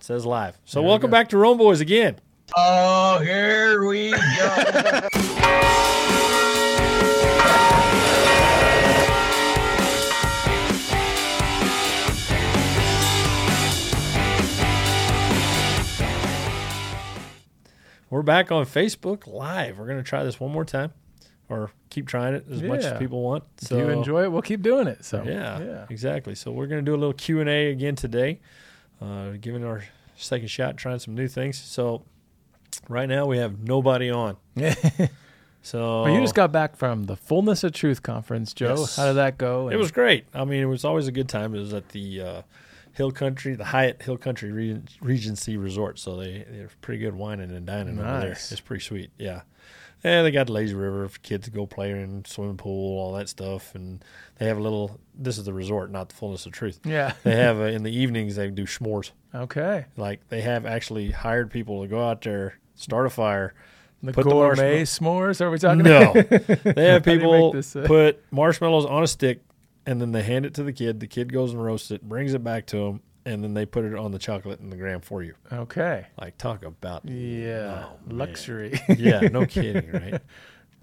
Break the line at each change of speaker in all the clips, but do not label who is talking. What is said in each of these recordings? Says live. So welcome back to Rome Boys again.
Oh, here we go.
We're back on Facebook Live. We're gonna try this one more time, or keep trying it as much as
Yeah.
people want. So
If you enjoy it, we'll keep doing it. So
Yeah, exactly. So we're gonna do a little Q and A again today, uh, giving our second shot, trying some new things. So right now we have nobody on.
yeah.
So
But you just got back from the Fullness of Truth conference, Joe.
Yes.
How did that go?
It
And-
was great. I mean, it was always a good time. It was at the uh, Hill Country, the Hyatt Hill Country Regen- Regency Resort. So they they're pretty good whining and dining over there.
Nice.
It's pretty sweet. Yeah. And they got lazy river for kids to go play in, swimming pool, all that stuff. And they have a little. This is the resort, not the fullness of truth.
Yeah.
They have uh, in the evenings they do s'mores.
Okay.
Like they have actually hired people to go out there, start a fire,
The
Put the
gourmet
marshmallow-
s'mores. Are we talking
no,
about?
they have
How do you
people
make this, uh,
put marshmallows on a stick, and then they hand it to the kid. The kid goes and roasts it, brings it back to him, and then they put it on the chocolate and the graham for you.
Okay.
Like talk about
Yeah.
Oh, man.
Luxury.
yeah, no kidding, right?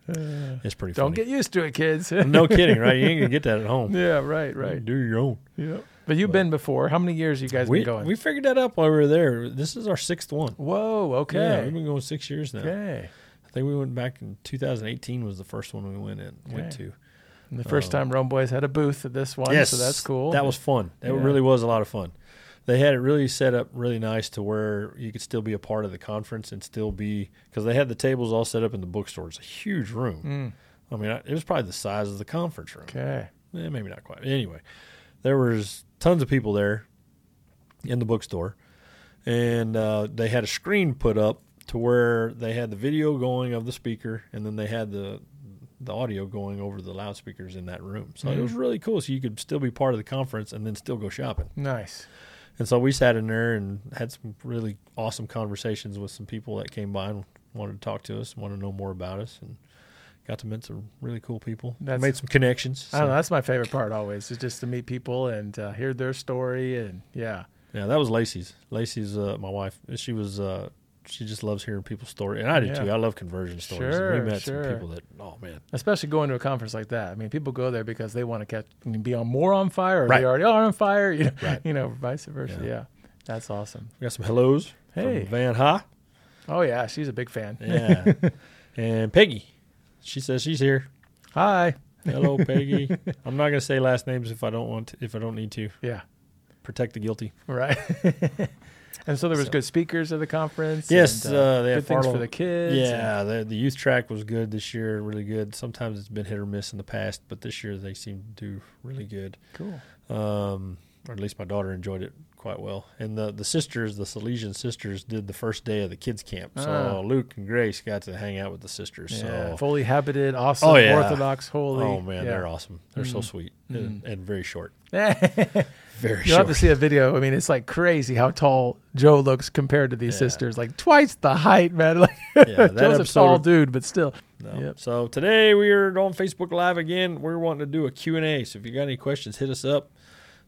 It's pretty. funny.
Don't get used to it, kids.
no kidding, right? You ain't gonna get that at home.
Yeah. Right. Right.
Do your own.
Yeah. But you've been before. How many years you guys
Mm. We
been going?
we figured that up while we were there. This is our sixth one.
Whoa.
Yeah, we've
Okay.
been going six years now.
Okay.
I think we went back in 2018 was the first one we went in went
Okay.
to.
And the first time Rome Boys had a booth at this one, so that's cool.
Oh. That was fun. That
Yeah.
really was a lot of fun. They had it really set up really nice to where you could still be a part of the conference and still be because they had the tables all set up in the bookstore. It's a huge room.
Mm.
I mean, I- it was probably the size of the conference room.
okay.
Eh, maybe not quite. Anyway, there was tons of people there in the bookstore, and uh, they had a screen put up to where they had the video going of the speaker, and then they had the the audio going over the loudspeakers in that room. So
Mm-hmm.
it was really cool. So you could still be part of the conference and then still go shopping.
Nice.
And so we sat in there and had some really awesome conversations with some people that came by and wanted to talk to us, wanted to know more about us, and got to meet some really cool people.
That's-
made some connections.
I don't
So-
know. That's my favorite part always is just to meet people and uh, hear their story and yeah.
Yeah, that was Lacey's. Lacey's uh, my wife. She was uh, she just loves hearing people's story, and I do
Yeah.
too. I love conversion stories. And
Sure,
we met
sure.
some people that oh man,
Especially going to a conference like that. I mean, people go there because they want to catch be on more on fire or
Right.
they already are on fire, you know,
Right.
you know vice versa.
Yeah.
Yeah. That's awesome.
we got some hellos.
Hey.
from Van Ha.
Oh yeah, she's a big fan.
Yeah, and Peggy. She says she's here.
Hi.
Hello, Peggy. I'm not gonna say last names if I don't want to, if I don't need to
Yeah.
protect the guilty.
Right. and so there was
So-
good speakers at the conference.
Yes,
and,
uh, they
good
have
things for
Arnold-
the kids.
yeah, the the youth track was good this year, really good. Sometimes it's been hit or miss in the past, but this year they seem to do really good.
and- cool.
um, or at least my daughter enjoyed it quite well. And the the sisters, the Salesian sisters, did the first day of the kids camp. So
Ah.
Luke and Grace got to hang out with the sisters.
Yeah.
So
Fully habited, awesome,
Oh, yeah.
orthodox, holy.
oh man, they're awesome. They're so
Mm.
sweet and, and very short.
awesome.
Very
You'll
short.
have to see a video. I mean, it's like crazy how tall Joe looks compared to these
Yeah.
sisters. Like twice the height, man. Like
Yeah, that
Joe's
episode-
a tall dude, but still.
No.
Yep.
So today we are on Facebook Live again. We're wanting to do a Q&A. So if you got any questions, hit us up.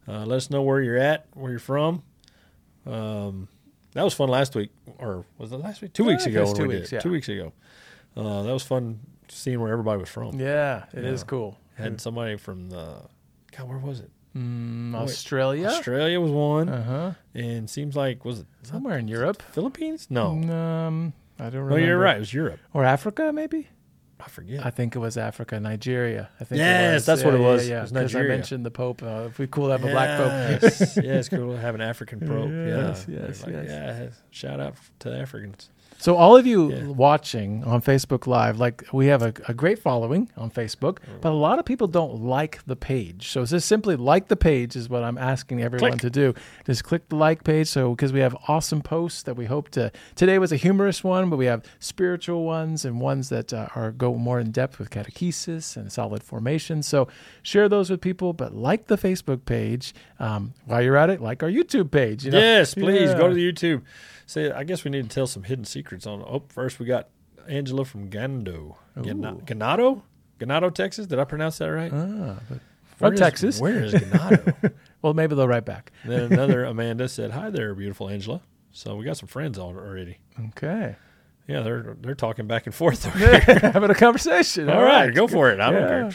Uh, let us know where you're at, where you're from. Um, that was fun last week, or was it last week? Two
I
weeks
think
ago.
it was
when
two
we did
weeks,
it.
yeah.
Two weeks ago. Uh, that was fun seeing where everybody was from.
Yeah, it is
Oh. Yeah.
cool.
Had somebody from the God, where was it?
Mm,
Wait.
Australia.
Australia was one,
Uh huh.
and seems like was it
Somewhere in Europe.
Philippines? No, no,
Um, I don't remember.
Oh. you're right. It was Europe.
Or Africa, maybe.
I forget.
I think it was Africa, Nigeria. I think.
Yes,
it was.
that's what it
Yeah, yeah,
was. It
Yeah,
was
because I
Nigeria.
mentioned the Pope. Uh, if we cool to have a black Pope.
Yes, yeah, it's cool to have an African probe.
Yes,
yeah. They're
yes,
like,
yes.
Yeah, shout out to the Africans.
So all of you
Yeah.
watching on Facebook Live, like we have a, a great following on Facebook,
Mm.
but a lot of people don't like the page. So just simply like the page is what I'm asking everyone
Click.
to do. Just click the like page. So because we have awesome posts that we hope to. Today was a humorous one, but we have spiritual ones and ones that uh, are go more in depth with catechesis and solid formation. So share those with people, but like the Facebook page um, while you're at it. Like our YouTube page. You know?
Yes, please go to
Yeah.
the YouTube. Say, I guess we need to tell some hidden secrets on. Oh, first we got Angela from Gando, Gan-
Ooh.
Ganado, Ganado, Texas. Did I pronounce that right?
Ah,
Where
but from
is-
Texas.
Where is Ganado?
Well, maybe they'll write back.
Then another Amanda said, "Hi there, beautiful Angela. So we got some friends al- already.
Okay.
Yeah, they're they're talking back and forth. over here.
Having a conversation.
All right, go for it. I don't
Yeah.
care.
And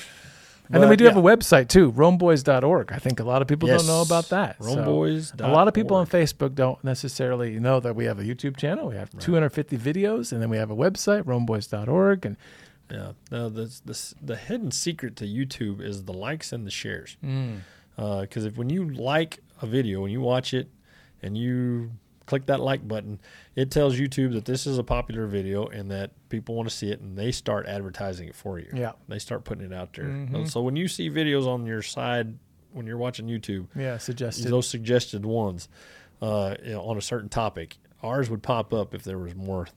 then
But,
we do have
yeah.
a website too, romeboys.org. I think a lot of people
Yes.
don't know about that. So,
Romeboys.org.
a lot of people on Facebook don't necessarily know that we have a YouTube channel. We have 250 videos, and then we have a website, romeboys.org. And
Yeah. Now the the the hidden secret to YouTube is the likes and the shares. Because if when you like a video and you watch it and you click that like button, it tells YouTube that this is a popular video and that people want to see it, and they start advertising it for you.
Yeah.
They start putting it out there. So when you see videos on your side when you're watching YouTube,
yeah, suggested.
those suggested ones uh, you know, on a certain topic, ours would pop up if there was more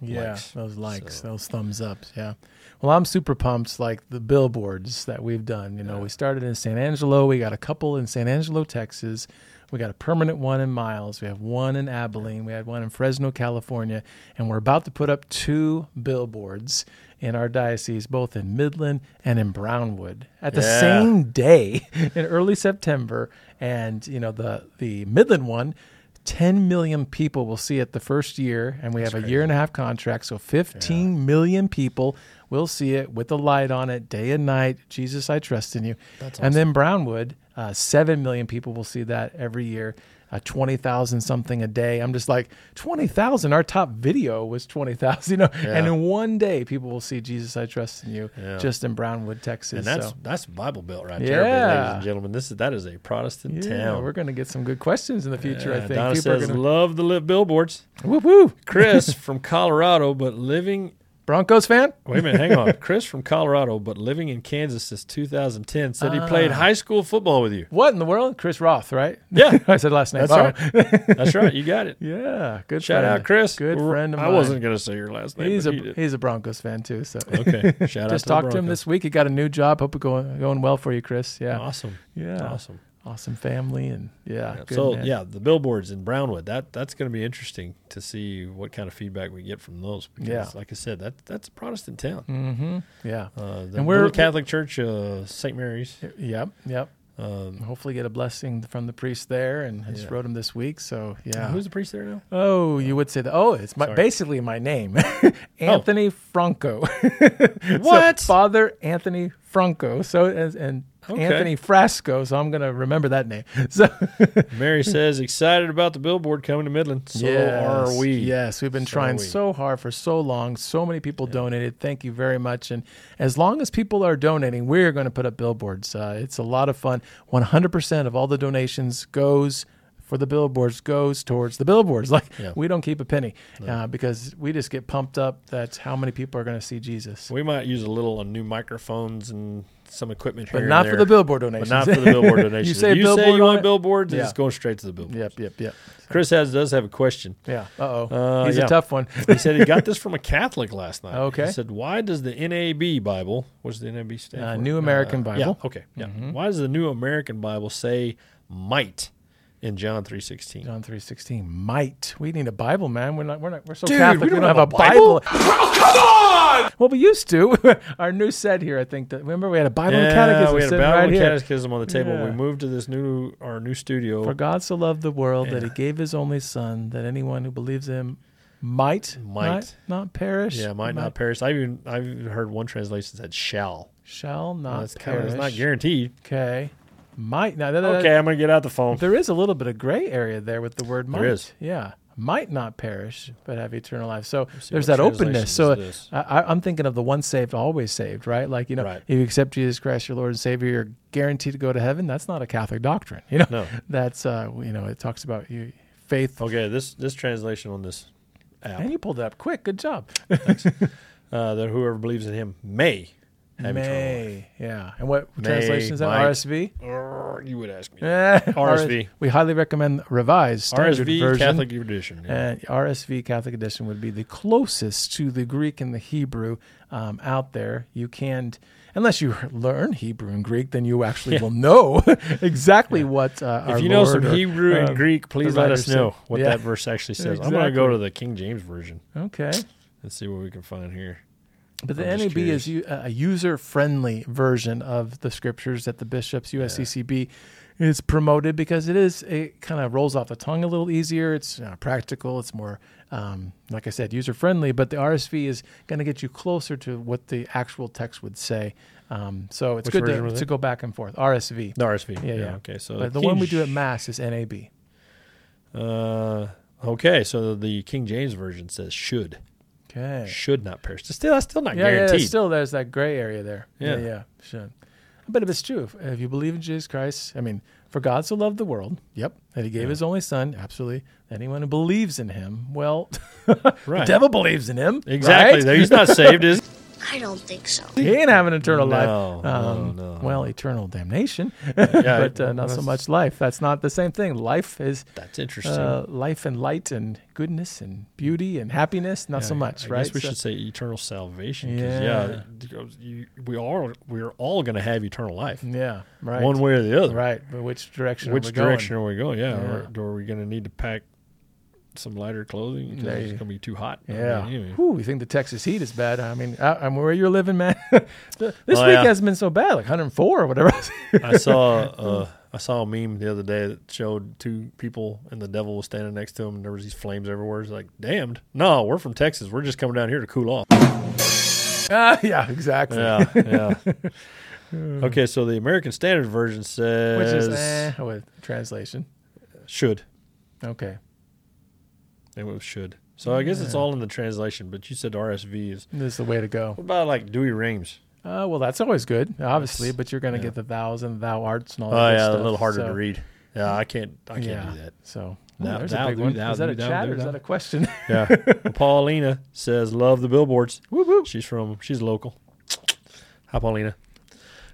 yeah,
likes.
those likes,
So-
those thumbs ups. Yeah. Well, I'm super pumped. Like the billboards that we've done. You know, we started in San Angelo. We got a couple in San Angelo, Texas. We got a permanent one in Miles. We have one in Abilene. We had one in Fresno, California, and we're about to put up two billboards in our diocese, both in Midland and in Brownwood, at the
Yeah.
same day in early September. And you know, the the Midland one. 10 million people will see it the first year, and we have a year and a half contract. So 15 million people will see it with the light on it day and night. Jesus, I trust in you. And then Brownwood, uh, 7 million people will see that every year. Uh, 20,000 something a day. I'm just like, 20,000. Our top video was 20,000, you know, and in one day, people will see Jesus, I trust in you
Yeah.
just in Brownwood,
And
Texas.
that's
so,
that's Bible Belt right there, but ladies
Yeah.
and gentlemen. This is that is a Protestant
yeah,
town.
we're going to get some good questions in the future, I
Yeah,
think.
Donna
people
says,
are going to.
"Love the lit billboards."
Woo woo.
Chris from Colorado, but living.
Broncos fan?
Wait a minute, hang on. Chris from Colorado, but living in Kansas since 2010, said he
Ah.
played high school football with you.
What in the world? Chris Roth, right?
Yeah.
I said last name.
That's
All
right. That's right. You got it.
Yeah, good.
Shout
friend.
out, Chris.
Good
We're-
friend of
I
mine.
wasn't going to say your last name.
He's a
but you did.
he's a Broncos fan too. So
okay. Shout out.
just
the
talked to him
Broncos.
this week. He got a new job. Hope it going going well for you, Chris. Yeah,
Awesome.
yeah,
Awesome.
awesome family and yeah. good
so
man.
yeah, the billboards in Brownwood that that's going to be interesting to see what kind of feedback we get from those. Because,
Yeah.
like I said, that that's a Protestant town.
Mm-hmm. yeah,
Uh, the
And we're-
little Catholic Church, uh, St. Mary's.
yep, yep.
Um,
Hopefully, get a blessing from the priest there, and I just
Yeah.
wrote him this week. So yeah.
Who's the priest there now?
Oh, you would say that. Oh, it's my,
Sorry. Oh.
basically my name, Anthony Franco. So,
What?
Father Anthony Franco. So and, and
Okay.
Anthony Frasco. So I'm gonna remember that name. So
Mary says excited about the billboard coming to Midland. So are we?
Yes, we've been
So
trying
are we.
so hard for so long. So many people donated. Thank you very much. And as long as people are donating, we're going to put up billboards. Uh, it's a lot of fun. 100% of all the donations goes for the billboards goes towards the billboards. Like
Yeah.
we don't keep a penny uh, because we just get pumped up. That's how many people are going to see Jesus.
We might use a little on new microphones and some equipment here
But
and
not for
there,
the billboard
But
donations.
not for the billboard donations.
you say
if you
billboard
say you
on
want
it-
billboards,
Yeah.
it's going straight to the billboard.
Yep, yep, yep.
Chris has does have a question.
Yeah. Uh-oh.
Uh,
He's
yeah.
a tough one.
He said he got this from a Catholic last night.
Okay.
He said, "Why does the NAB Bible? What's the NAB stand
Uh,
for?
New American Bible. Mm-hmm.
Yeah. Okay. Yeah. Why does the New American Bible say might in John three sixteen?
John three sixteen might. We need a Bible, man. We're not. We're not. We're so
Dude,
Catholic.
we don't have a Bible? Oh,
Well, we used to. Our new set here, I think. That remember we had a Bible and catechism
we had a
sitting
Bible
right
and
here.
catechism on the table.
Yeah.
We moved to this new our new studio.
For God so loved the world that He
Yeah.
gave His only Son, that anyone who believes Him might
Might.
not, not perish.
yeah, might not perish. I even I've even heard one translation said shall.
shall not
That's kind of
perish.
it's not guaranteed.
okay, might now. That, that-
Okay, I'm gonna get out the phone.
There is a little bit of gray area there with the word might.
is.
Yeah. Might not perish, but have eternal life. So
see
there's
what
that openness.
translation
So
is this.
I, I, I'm thinking of the once saved, always saved, right? Like, you know,
Right.
if you accept Jesus Christ, your Lord and Savior, you're guaranteed to go to heaven. That's not a Catholic doctrine. You know,
No. Oh,
that's, uh, you know, it talks about you, faith.
Okay, this this translation on this app.
And you pulled it up quick. Good job.
uh, that whoever believes in him may have eternal life.
May. Yeah. And what
May,
translation is that?
might.
RSV?
Or you would ask me.
Eh,
RSV.
We highly recommend Revised Standard
RSV
Version. Uh,
Catholic Edition. yeah.
And RSV Catholic Edition would be the closest to the Greek and the Hebrew um, out there. You can, unless you learn Hebrew and Greek, then you actually will know exactly what uh, our
If you know
Lord
some
or,
Hebrew
um,
and Greek, please let
writer
us know
said.
what
Yeah.
that verse actually says. I'm going to go
Exactly.
to the King James version
Okay,
and see what we can find here.
but the
I'm just
NAB is u- a user-friendly version of the scriptures that the bishops USCCB it's promoted because it is it kind of rolls off the tongue a little easier. It's uh, practical. It's more um, like I said, user friendly. But the RSV is going to get you closer to what the actual text would say. Um, so it's
Which
good
version
to,
was
to
it? Uh,
go back and forth. RSV.
The RSV.
Yeah, yeah.
Okay, so
but the one we do at
King-
Mass is NAB.
Uh, okay, so the King James version says should
Okay.
should not perish. Still, that's still not
yeah, yeah,
guaranteed.
there's still there's that gray area there.
Yeah.
yeah, sure. But if it's true, if, if you believe in Jesus Christ, I mean, for God so loved the world, yep, that He gave His only Son, absolutely. Anyone who believes in Him, well, the
Right.
devil believes in Him,
exactly.
right?
There, He's not saved, is he?
I don't think so.
He ain't having eternal
No,
life.
no,
Um,
no.
Well, eternal damnation,
Yeah,
but uh, not so
that's-
much life. That's not the same thing. Life is
That's interesting.
uh, life and light and goodness and beauty and happiness. Not so
I-
much,
I
right?
Guess we
So-
should say eternal salvation. 'cause, yeah,
Yeah.
it goes- you- we all we're all going to have eternal life,
yeah, right.
one way or the other.
Right, but which direction? are
Which
we going?
direction are we going? Yeah,
Yeah.
Or, or are we going to need to pack some lighter clothing because
There
it's
you-
going to be too hot? I
Yeah.
mean, anyway.
Whew, you think the Texas heat is bad? I mean, I, I'm where you're living, man. this week
Oh, yeah.
hasn't been so bad, like 104 or whatever.
I saw uh, I saw a meme the other day that showed two people and the devil was standing next to them and there was these flames everywhere. It's like, damned, no, we're from Texas. We're just coming down here to cool off.
Ah, yeah, exactly.
Yeah, yeah. okay, so the American Standard Version says
Which is eh, with translation.
should.
Okay,
It was should. So I guess it's all in the translation, but you said RSV is.
this is the way to go.
What about like Dewey Rames?
Uh, well, that's always good, obviously,
That's-
but you're going to
yeah.
get the thous and thou arts and all that.
Oh
good
yeah, a
stuff,
little harder
so-
to read. Yeah, I can't. I can't
yeah,
do that.
So
Thou-
oh, there's a
thou
big
do,
one.
thou
is that
do,
a
thou
chat
do,
or is
thou.
that a question?
Yeah. Paulina says, "Love the billboards."
whoop, whoop.
She's from. She's local. Hi, Paulina.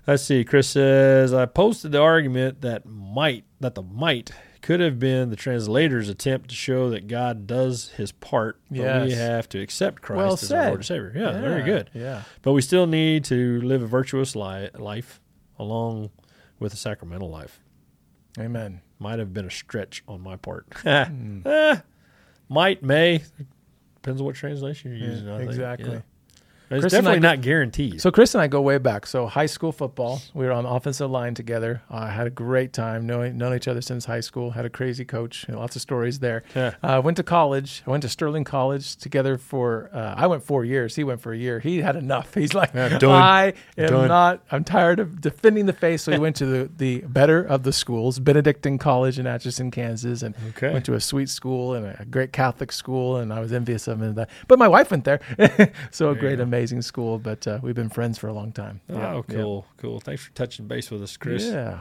Let's see. Chris says, "I posted the argument that might that the might could have been the translator's attempt to show that God does His part, but we
Yes.
have to accept Christ
Well
as our Lord and
said.
Savior." Yeah, very good.
Yeah.
But we still need to live a virtuous li- life along with a sacramental life.
Amen.
Might have been a stretch on my part.
Hmm.
Eh, might, may. Depends on what translation you're using. I think.
exactly.
Yeah. It's
Chris and I
definitely
did-
not guaranteed.
So Chris and I go way back. So high school football, we were on the offensive line together. I had a great time knowing known each other since high school. Had a crazy coach, you know, lots of stories there.
Yeah.
Uh, went to college. I went to Sterling College together for. Uh, I went four years. He went for a year. He had enough. He's like,
done.
I am
Done.
not. I'm tired of defending the faith. So he went to the the better of the schools, Benedictine College in Atchison, Kansas, and
Okay.
went to a sweet school and a great Catholic school, and I was envious of him. And that. But my wife went there, so a great, amazing school. But uh, we've been friends for a long time.
oh,
Yeah, yeah.
cool, cool. Thanks for touching base with us, Chris. Yeah.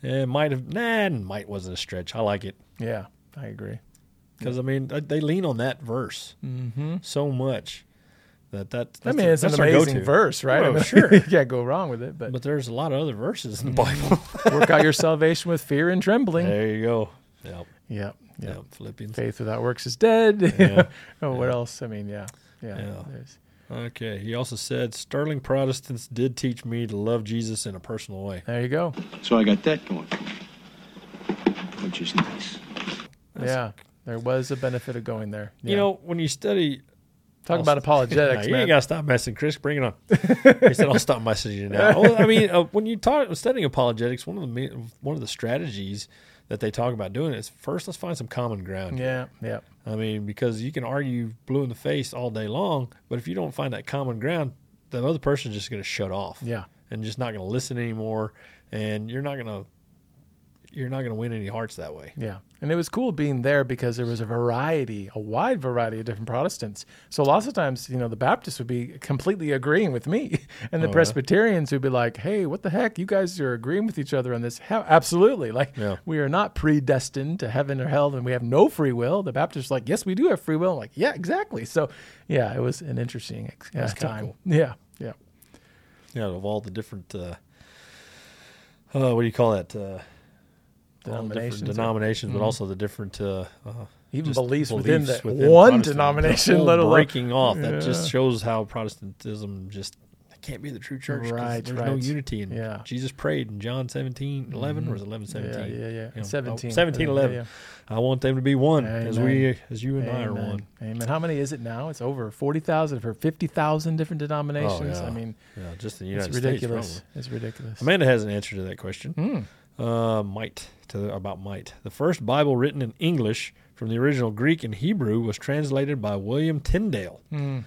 Yeah,
might have. Nah, might wasn't a stretch. I like it
yeah, I agree.
because I mean th- they lean on that verse so much that that. That's
I mean,
a-
Mm-hmm. it's an
that's our
amazing
go-to.
verse, right?
Oh,
I mean,
sure.
you can't go wrong with it. But,
But there's a lot of other verses in the
Mm-hmm.
Bible.
work out your salvation with fear and trembling.
there you go. Yep.
Yeah, yeah.
Yep. Philippians.
Faith without works is dead.
Yeah,
oh, what else? I mean, yeah, yeah.
Yeah.
there's-
Okay. He also said Sterling Protestants did teach me to love Jesus in a personal way.
There you go.
So I got that going for me, which is nice.
yeah, there was a benefit of going there.
You
Yeah.
know, when you study,
talk about apologetics,
Nah, you
man.
ain't gotta stop messing, Chris. Bring it on. he said, "I'll stop messaging you now." Well, I mean, uh, when you talk studying apologetics, one of the ma- one of the strategies that they talk about doing is first, let's find some common ground.
yeah, yeah.
I mean, because you can argue blue in the face all day long, but if you don't find that common ground, the other person's just gonna shut off.
Yeah.
and just not gonna listen anymore, and you're not gonna you're not gonna win any hearts that way.
Yeah. And it was cool being there because there was a variety, a wide variety of different Protestants. So lots of times, you know, the Baptists would be completely agreeing with me.
Oh,
And the Presbyterians would be like, hey, what the heck? You guys are agreeing with each other on this. How? Absolutely. Like,
Yeah.
we are not predestined to heaven or hell and we have no free will. The Baptists are like, yes, we do have free will. I'm like, yeah, exactly. So, yeah, it was an interesting ex- uh,
That's kinda
time.
cool.
Yeah. Yeah.
you know, of all the different, uh, uh, what do you call that? Uh, all the different
Denominations or-
denominations, but also the different uh, uh,
Even
just
beliefs within that
within
one
Protestantism.
denomination,
The whole
let alone-
breaking off. That just shows how Protestantism just it can't be the true church. 'cause
Right,
There's no
right.
unity. And
Yeah.
Jesus prayed in John 17, 11, or was it 11, 17?
Mm-hmm. Yeah, yeah, yeah.
You know,
Seventeen.
oh, 17,
Yeah,
11.
yeah.
I want them to be one as
Amen.
we, as you and I are one.
Amen. Amen. How many is it now? It's over 40,000 for 50,000 different denominations.
Oh, yeah.
I mean,
Yeah, just in the
it's
United States.
ridiculous.
probably.
it's ridiculous.
Amanda has an answer to that question.
Hmm.
uh, might to the, about might. The first Bible written in English from the original Greek and Hebrew was translated by William Tyndale.
Mm.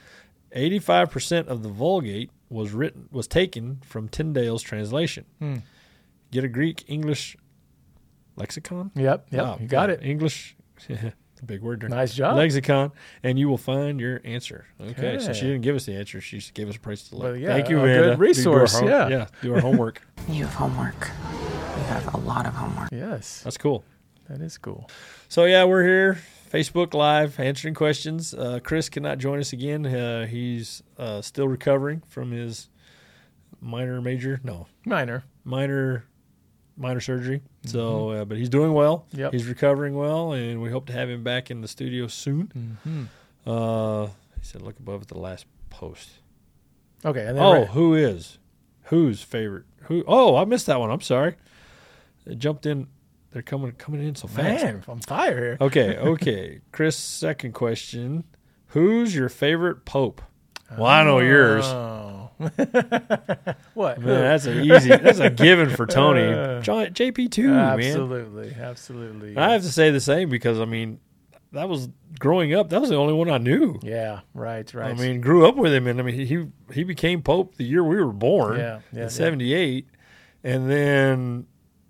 Eighty-five percent of the Vulgate was written was taken from Tyndale's translation.
Hmm.
Get a Greek English lexicon.
Yep. Yep.
Wow,
you got it.
English. Big word there.
Nice job.
Lexicon, and you will find your answer. Okay, so she
Okay.
didn't give us the answer; she just gave us a place to look.
Well, yeah,
Thank you,
a
Amanda.
good resource,
Do, do our,
yeah.
home- yeah, do our homework.
You have homework. You have a lot of homework.
Yes.
That's cool.
That is cool.
So yeah, we're here, Facebook Live, answering questions. Uh, Chris cannot join us again. Uh, he's uh, still recovering from his minor, major, no,
Minor.
minor, minor surgery. So, uh, but he's doing well.
Mm-hmm. Yep.
he's recovering well, and we hope to have him back in the studio soon.
Mm-hmm.
Uh, he said, "Look above at the last post."
Okay. And then
Oh,
we're-
who is whose favorite? Who? Oh, I missed that one. I'm sorry. It jumped in. They're coming coming in so fast.
man, I'm fire here.
Okay, okay. Chris, second question. Who's your favorite pope? Well, I know yours.
Oh. what?
Man, that's an easy. That's a given for Tony.
Uh,
John, JP two,
Who?
man.
absolutely. Absolutely.
I have to say the same because I mean, that was growing up. That was the only one I knew.
yeah. Right. Right.
I mean, grew up with him, and I mean, he he became pope the year we were born,
Yeah, yeah, yeah.
in '78, and then,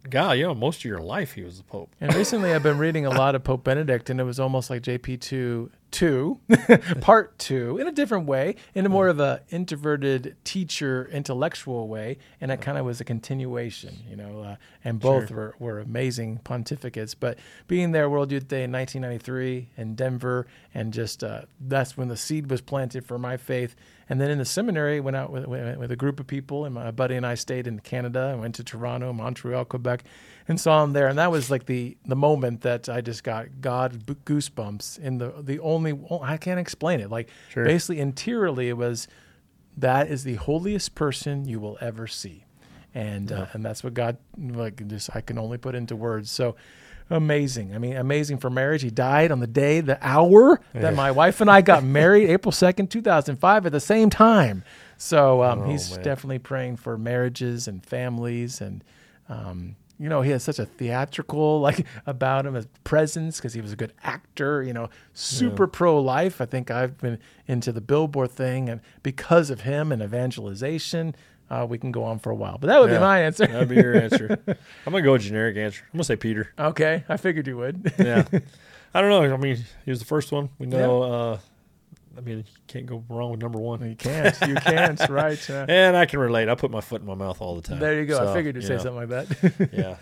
God, you know, most of your life he was the pope.
And recently, I've been reading a lot of Pope Benedict, and it was almost like JP two two, part two, in a different way, in a more of a introverted teacher, intellectual way, and it kind of was a continuation, you know. Uh, and both were, were amazing pontificates. But being there World Youth Day in 1993 in Denver, and just uh, that's when the seed was planted for my faith. And then in the seminary, went out with, with, with a group of people, and my buddy and I stayed in Canada and went to Toronto, Montreal, Quebec, and saw him there. And that was like the the moment that I just got God bo- goosebumps. In the the only I can't explain it. Like basically interiorly, it was that is the holiest person you will ever see, and uh, and that's what God like just I can only put into words. So. Amazing. I mean, amazing for marriage. He died on the day, the hour that my wife and I got married, April 2nd, 2005, at the same time. So um, he's definitely praying for marriages and families. And, um, you know, he has such a theatrical, like, about him, his presence, because he was a good actor, you know, super pro life. I think I've been into the billboard thing. And because of him and evangelization, uh, we can go on for a while. But that would
Yeah.
be my answer.
That'd be your answer. I'm gonna go with generic answer. I'm gonna say Peter.
okay. I figured you would.
Yeah, I don't know. I mean, he was the first one. We know. Uh, I mean, you can't go wrong with number one.
you can't. You can't. Right. Uh,
And I can relate. I put my foot in my mouth all the time.
There you go.
So,
I figured you'd
you
say
know,
something like that.
Yeah.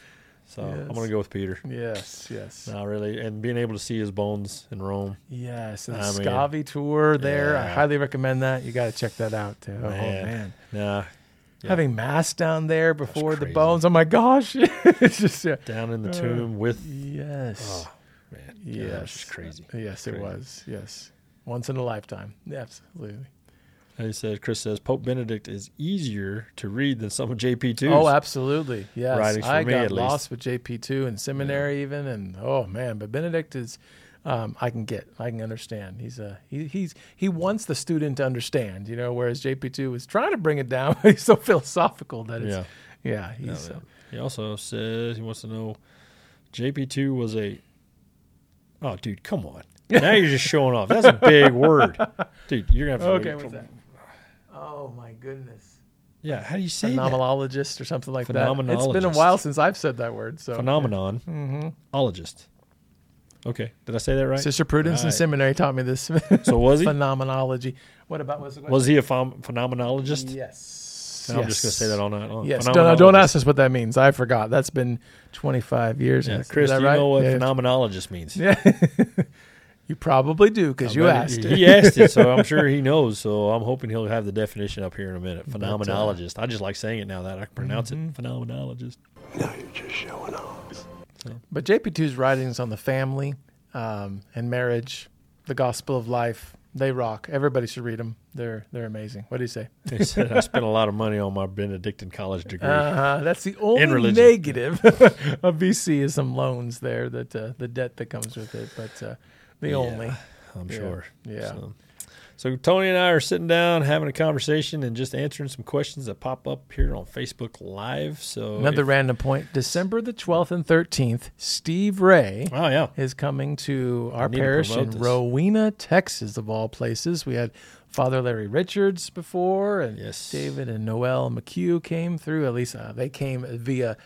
So I'm
Yes.
gonna go with Peter.
yes, yes,
No, really, and being able to see his bones in Rome.
yes. And the
I mean-
Scavi tour there. I
Yeah.
highly recommend that. You got to check that out too. Oh
Man.
man,
Nah, Yeah.
having mass down there before the
crazy.
bones. Oh my gosh, it's just yeah.
down in the tomb with.
Uh, yes,
Oh man, yeah, that was
yes,
just crazy.
Yes, it
Crazy.
was. Yes, once in a lifetime. Absolutely.
And he said, Chris says Pope Benedict is easier to read than some of JP 2s
Oh, absolutely. Yes.
Writings for
I
me,
got
at least.
lost with JP2 and seminary even. And oh, man. But Benedict is, um, I can get, I can understand. He's a, he, he's, he wants the student to understand, you know, whereas JP2 was trying to bring it down. but he's so philosophical that it's, yeah, he's, uh,
He also says he wants to know JP two was a. Oh, dude, come on! Now you're just showing off. That's a big word, dude. You're gonna have to
okay. What's that? Oh my goodness.
Yeah, how do you say that?
Phenomenologist or something like that. It's been a
Phenomenologist.
while since I've said that word. So
phenomenon
Mm-hmm.
ologist. Okay, did I say that right?
Sister Prudence in
Right.
seminary taught me this.
So was he?
phenomenology. What about was it?
Was he a phem- phenomenologist?
Yes.
No, I'm just gonna say that all night long.
Yes. Don't, don't
Phenomenologist.
ask us what that means. I forgot. That's been 25 years.
Yeah,
Is
Chris,
that
do you
right?
know what
Yeah.
phenomenologist means?
You probably do because you
But
asked.
He, he asked it, so I'm sure he knows. So I'm hoping he'll have the definition up here in a minute.
uh,
Phenomenologist. I just like saying it now that I can pronounce it.
Mm-hmm.
Phenomenologist.
But JP2's writings on the family um, and marriage, the gospel of life, they rock. Everybody should read them. They're they're amazing. What do you say?
He said I spent a lot of money on my Benedictine college degree.
Uh-huh. That's the only
religion.
negative of BC is some loans there that uh, the debt that comes with it, but uh, the only.
I'm
yeah,
sure.
yeah.
So, So Tony and I are sitting down, having a conversation, and just answering some questions that pop up here on Facebook Live. So
Another
if-
random point. December the 12th and 13th, Steve Ray
oh yeah,
is coming to our
need to
parish
promote
in
this.
Rowena, Texas, of all places. We had Father Larry Richards before, and
Yes.
David and Noel McHugh came through. At least uh, they came via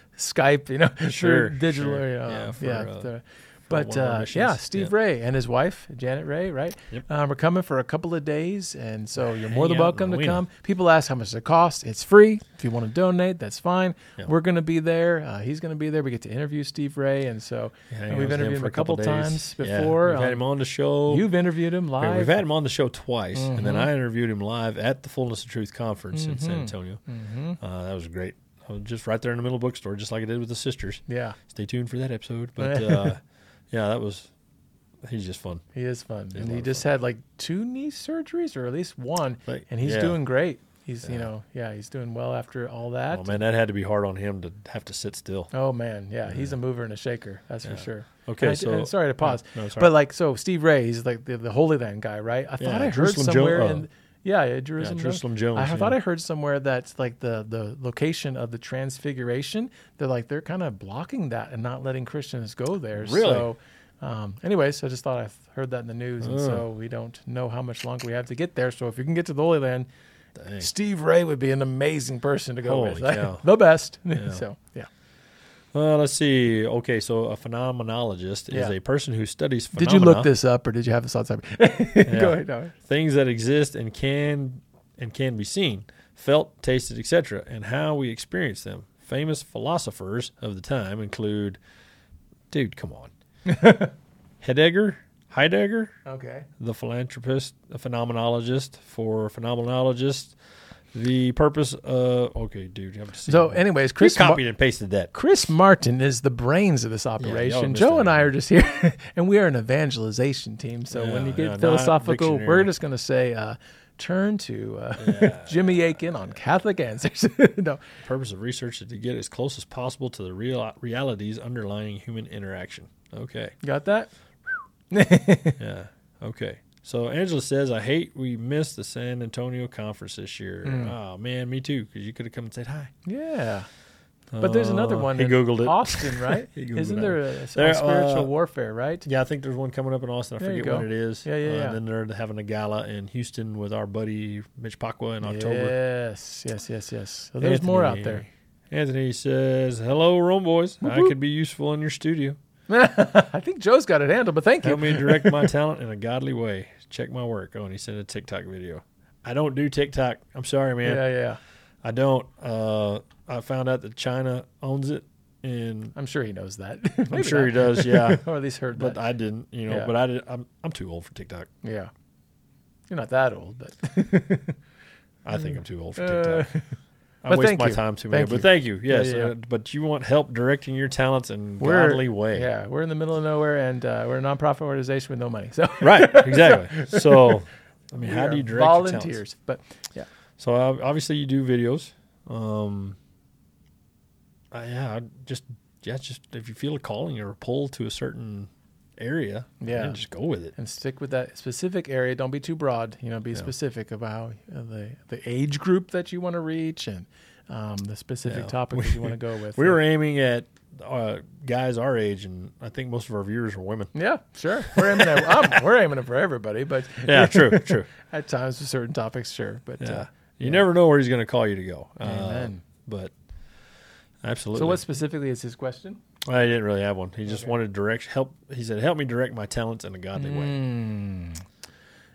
Skype, you know, through
Sure,
digital.
sure.
uh,
Yeah, for,
yeah,
uh,
the- but
one of our
uh, yeah,
missions.
Steve
Yeah.
Ray and his wife Janet Ray, right?
Yep.
Um, are coming for a couple of days, and so you're more
Hang out
than
in
welcome to
Rowena.
come. People ask how much does it cost. It's free. If you want to donate, that's fine. We're going to be there. Uh, he's going to be there. We get to interview Steve Ray, and so
Hang
and
out
we've
with
interviewed him,
for
a couple,
days.
times
Yeah,
before.
we've had
Um,
him on the show.
You've interviewed
I
him
mean,
live. Mm-hmm.
we've had him on the show twice, and then I interviewed him live at the Fullness of Truth conference in San Antonio.
Mm-hmm.
Uh, that was great. I was just right there in the middle of the bookstore, just like I did with the sisters.
yeah,
Stay tuned for that episode. But uh, yeah, that was. He's just fun.
he is fun,
a
and
lot
he
of
just had like two knee surgeries, or at least one,
Like,
and he's
yeah.
doing great. He's you know yeah he's doing well after all that.
Oh man, that had to be hard on him to have to sit still.
Oh man, yeah, he's a mover and a shaker, that's for sure.
Okay,
And I-
so-
and sorry to pause,
No, it's all
but
right.
like so Steve Ray, he's like the, the Holy Land guy, right? I
Yeah,
thought I heard
Jerusalem Jo-
somewhere
uh,
in yeah, yeah, Jerusalem,
Jerusalem Jones,
I
yeah.
thought I heard somewhere that's like the the location of the Transfiguration. They're like they're kind of blocking that and not letting Christians go there.
Really?
So, um, anyways, I just thought I heard that in the news, and so we don't know how much longer we have to get there. So if you can get to the Holy Land. Steve Ray would be an amazing person to go with.
Holy cow.
the best. So, yeah.
Uh, let's see. Okay, so a phenomenologist
Yeah.
is a person who studies
Did
phenomena.
you look this up or did you have this on time? Go ahead. no.
things that exist and can and can be seen, felt, tasted, etc., and how we experience them. Famous philosophers of the time include, dude, come on, Heidegger, Heidegger,
Okay.
the philanthropist, a phenomenologist for phenomenologist. The purpose of okay, dude, you have to see.
So, anyways,
Chris
Chris Mar-
copied and pasted that.
Chris Martin is the brains of this operation.
missed
Joe
it.
and I are just here, and we are an evangelization team. So when
Yeah,
you get
yeah, not
philosophical,
dictionary.
we're just going to say, uh, turn to uh, Jimmy Aiken on Catholic answers. no,
purpose of research is to get as close as possible to the real realities underlying human interaction. Okay.
got that?
Yeah. Okay. So Angela says, I hate we missed the San Antonio conference this year. Oh, man, me too, because you could have come and said hi.
Yeah. But there's another
Uh,
one.
he
in
Googled it.
Austin, right?
He Googled
Isn't
that
there
one.
a, a
There,
spiritual
uh,
warfare, right?
Yeah, I think there's one coming up in Austin. I
There you
forget what
go.
it is.
Yeah, yeah,
Uh,
yeah.
And then they're having a gala in Houston with our buddy Mitch Pacwa in October.
Yes, yes, yes, yes. So there's more out there.
Anthony says, Hello, Rome Boys. I could be useful in your studio.
I think Joe's got it handled, but thank you.
Help me direct my talent in a godly way. Check my work. Oh, and he sent a TikTok video. I don't do TikTok. I'm sorry, man.
Yeah, yeah.
I don't. Uh, I found out that China owns it, and
I'm sure he knows that.
I'm sure he does. Yeah,
or at least heard
but
that.
I didn't. You know,
Yeah.
but I did. I'm I'm too old for TikTok.
yeah. You're not that old, but
I think I'm too old for
Uh,
TikTok. I
but
waste
thank
my
you.
time too much.
Thank you.
But thank you. Yes.
yeah.
uh, but you want help directing your talents in
we're
godly way.
Yeah, we're in the middle of nowhere, and uh, we're a nonprofit organization with no money. So
Right. Exactly. so, I mean,
we
how do
are
you direct Your talents?
volunteers? But yeah,
So ob- obviously you do videos. Um, I, yeah, I just yeah, just if you feel a calling or a pull to a certain area,
Yeah.
then just go with it.
and stick with that specific area. Don't be too broad. You know, be specific about uh, the the age group that you want to reach and um, the specific
Yeah.
topic that you want to go with.
We were aiming at uh, guys our age, and I think most of our viewers are women.
yeah, sure. We're aiming at, um, we're aiming for everybody, but
Yeah, true, true.
at times with certain topics, sure. But
Yeah,
uh,
you never know where he's going to call you to go. Uh,
Amen.
But absolutely.
so, Uh, what specifically is his question?
I didn't really have one. He just wanted direction. Help. He said, "Help me direct my talents in a godly way."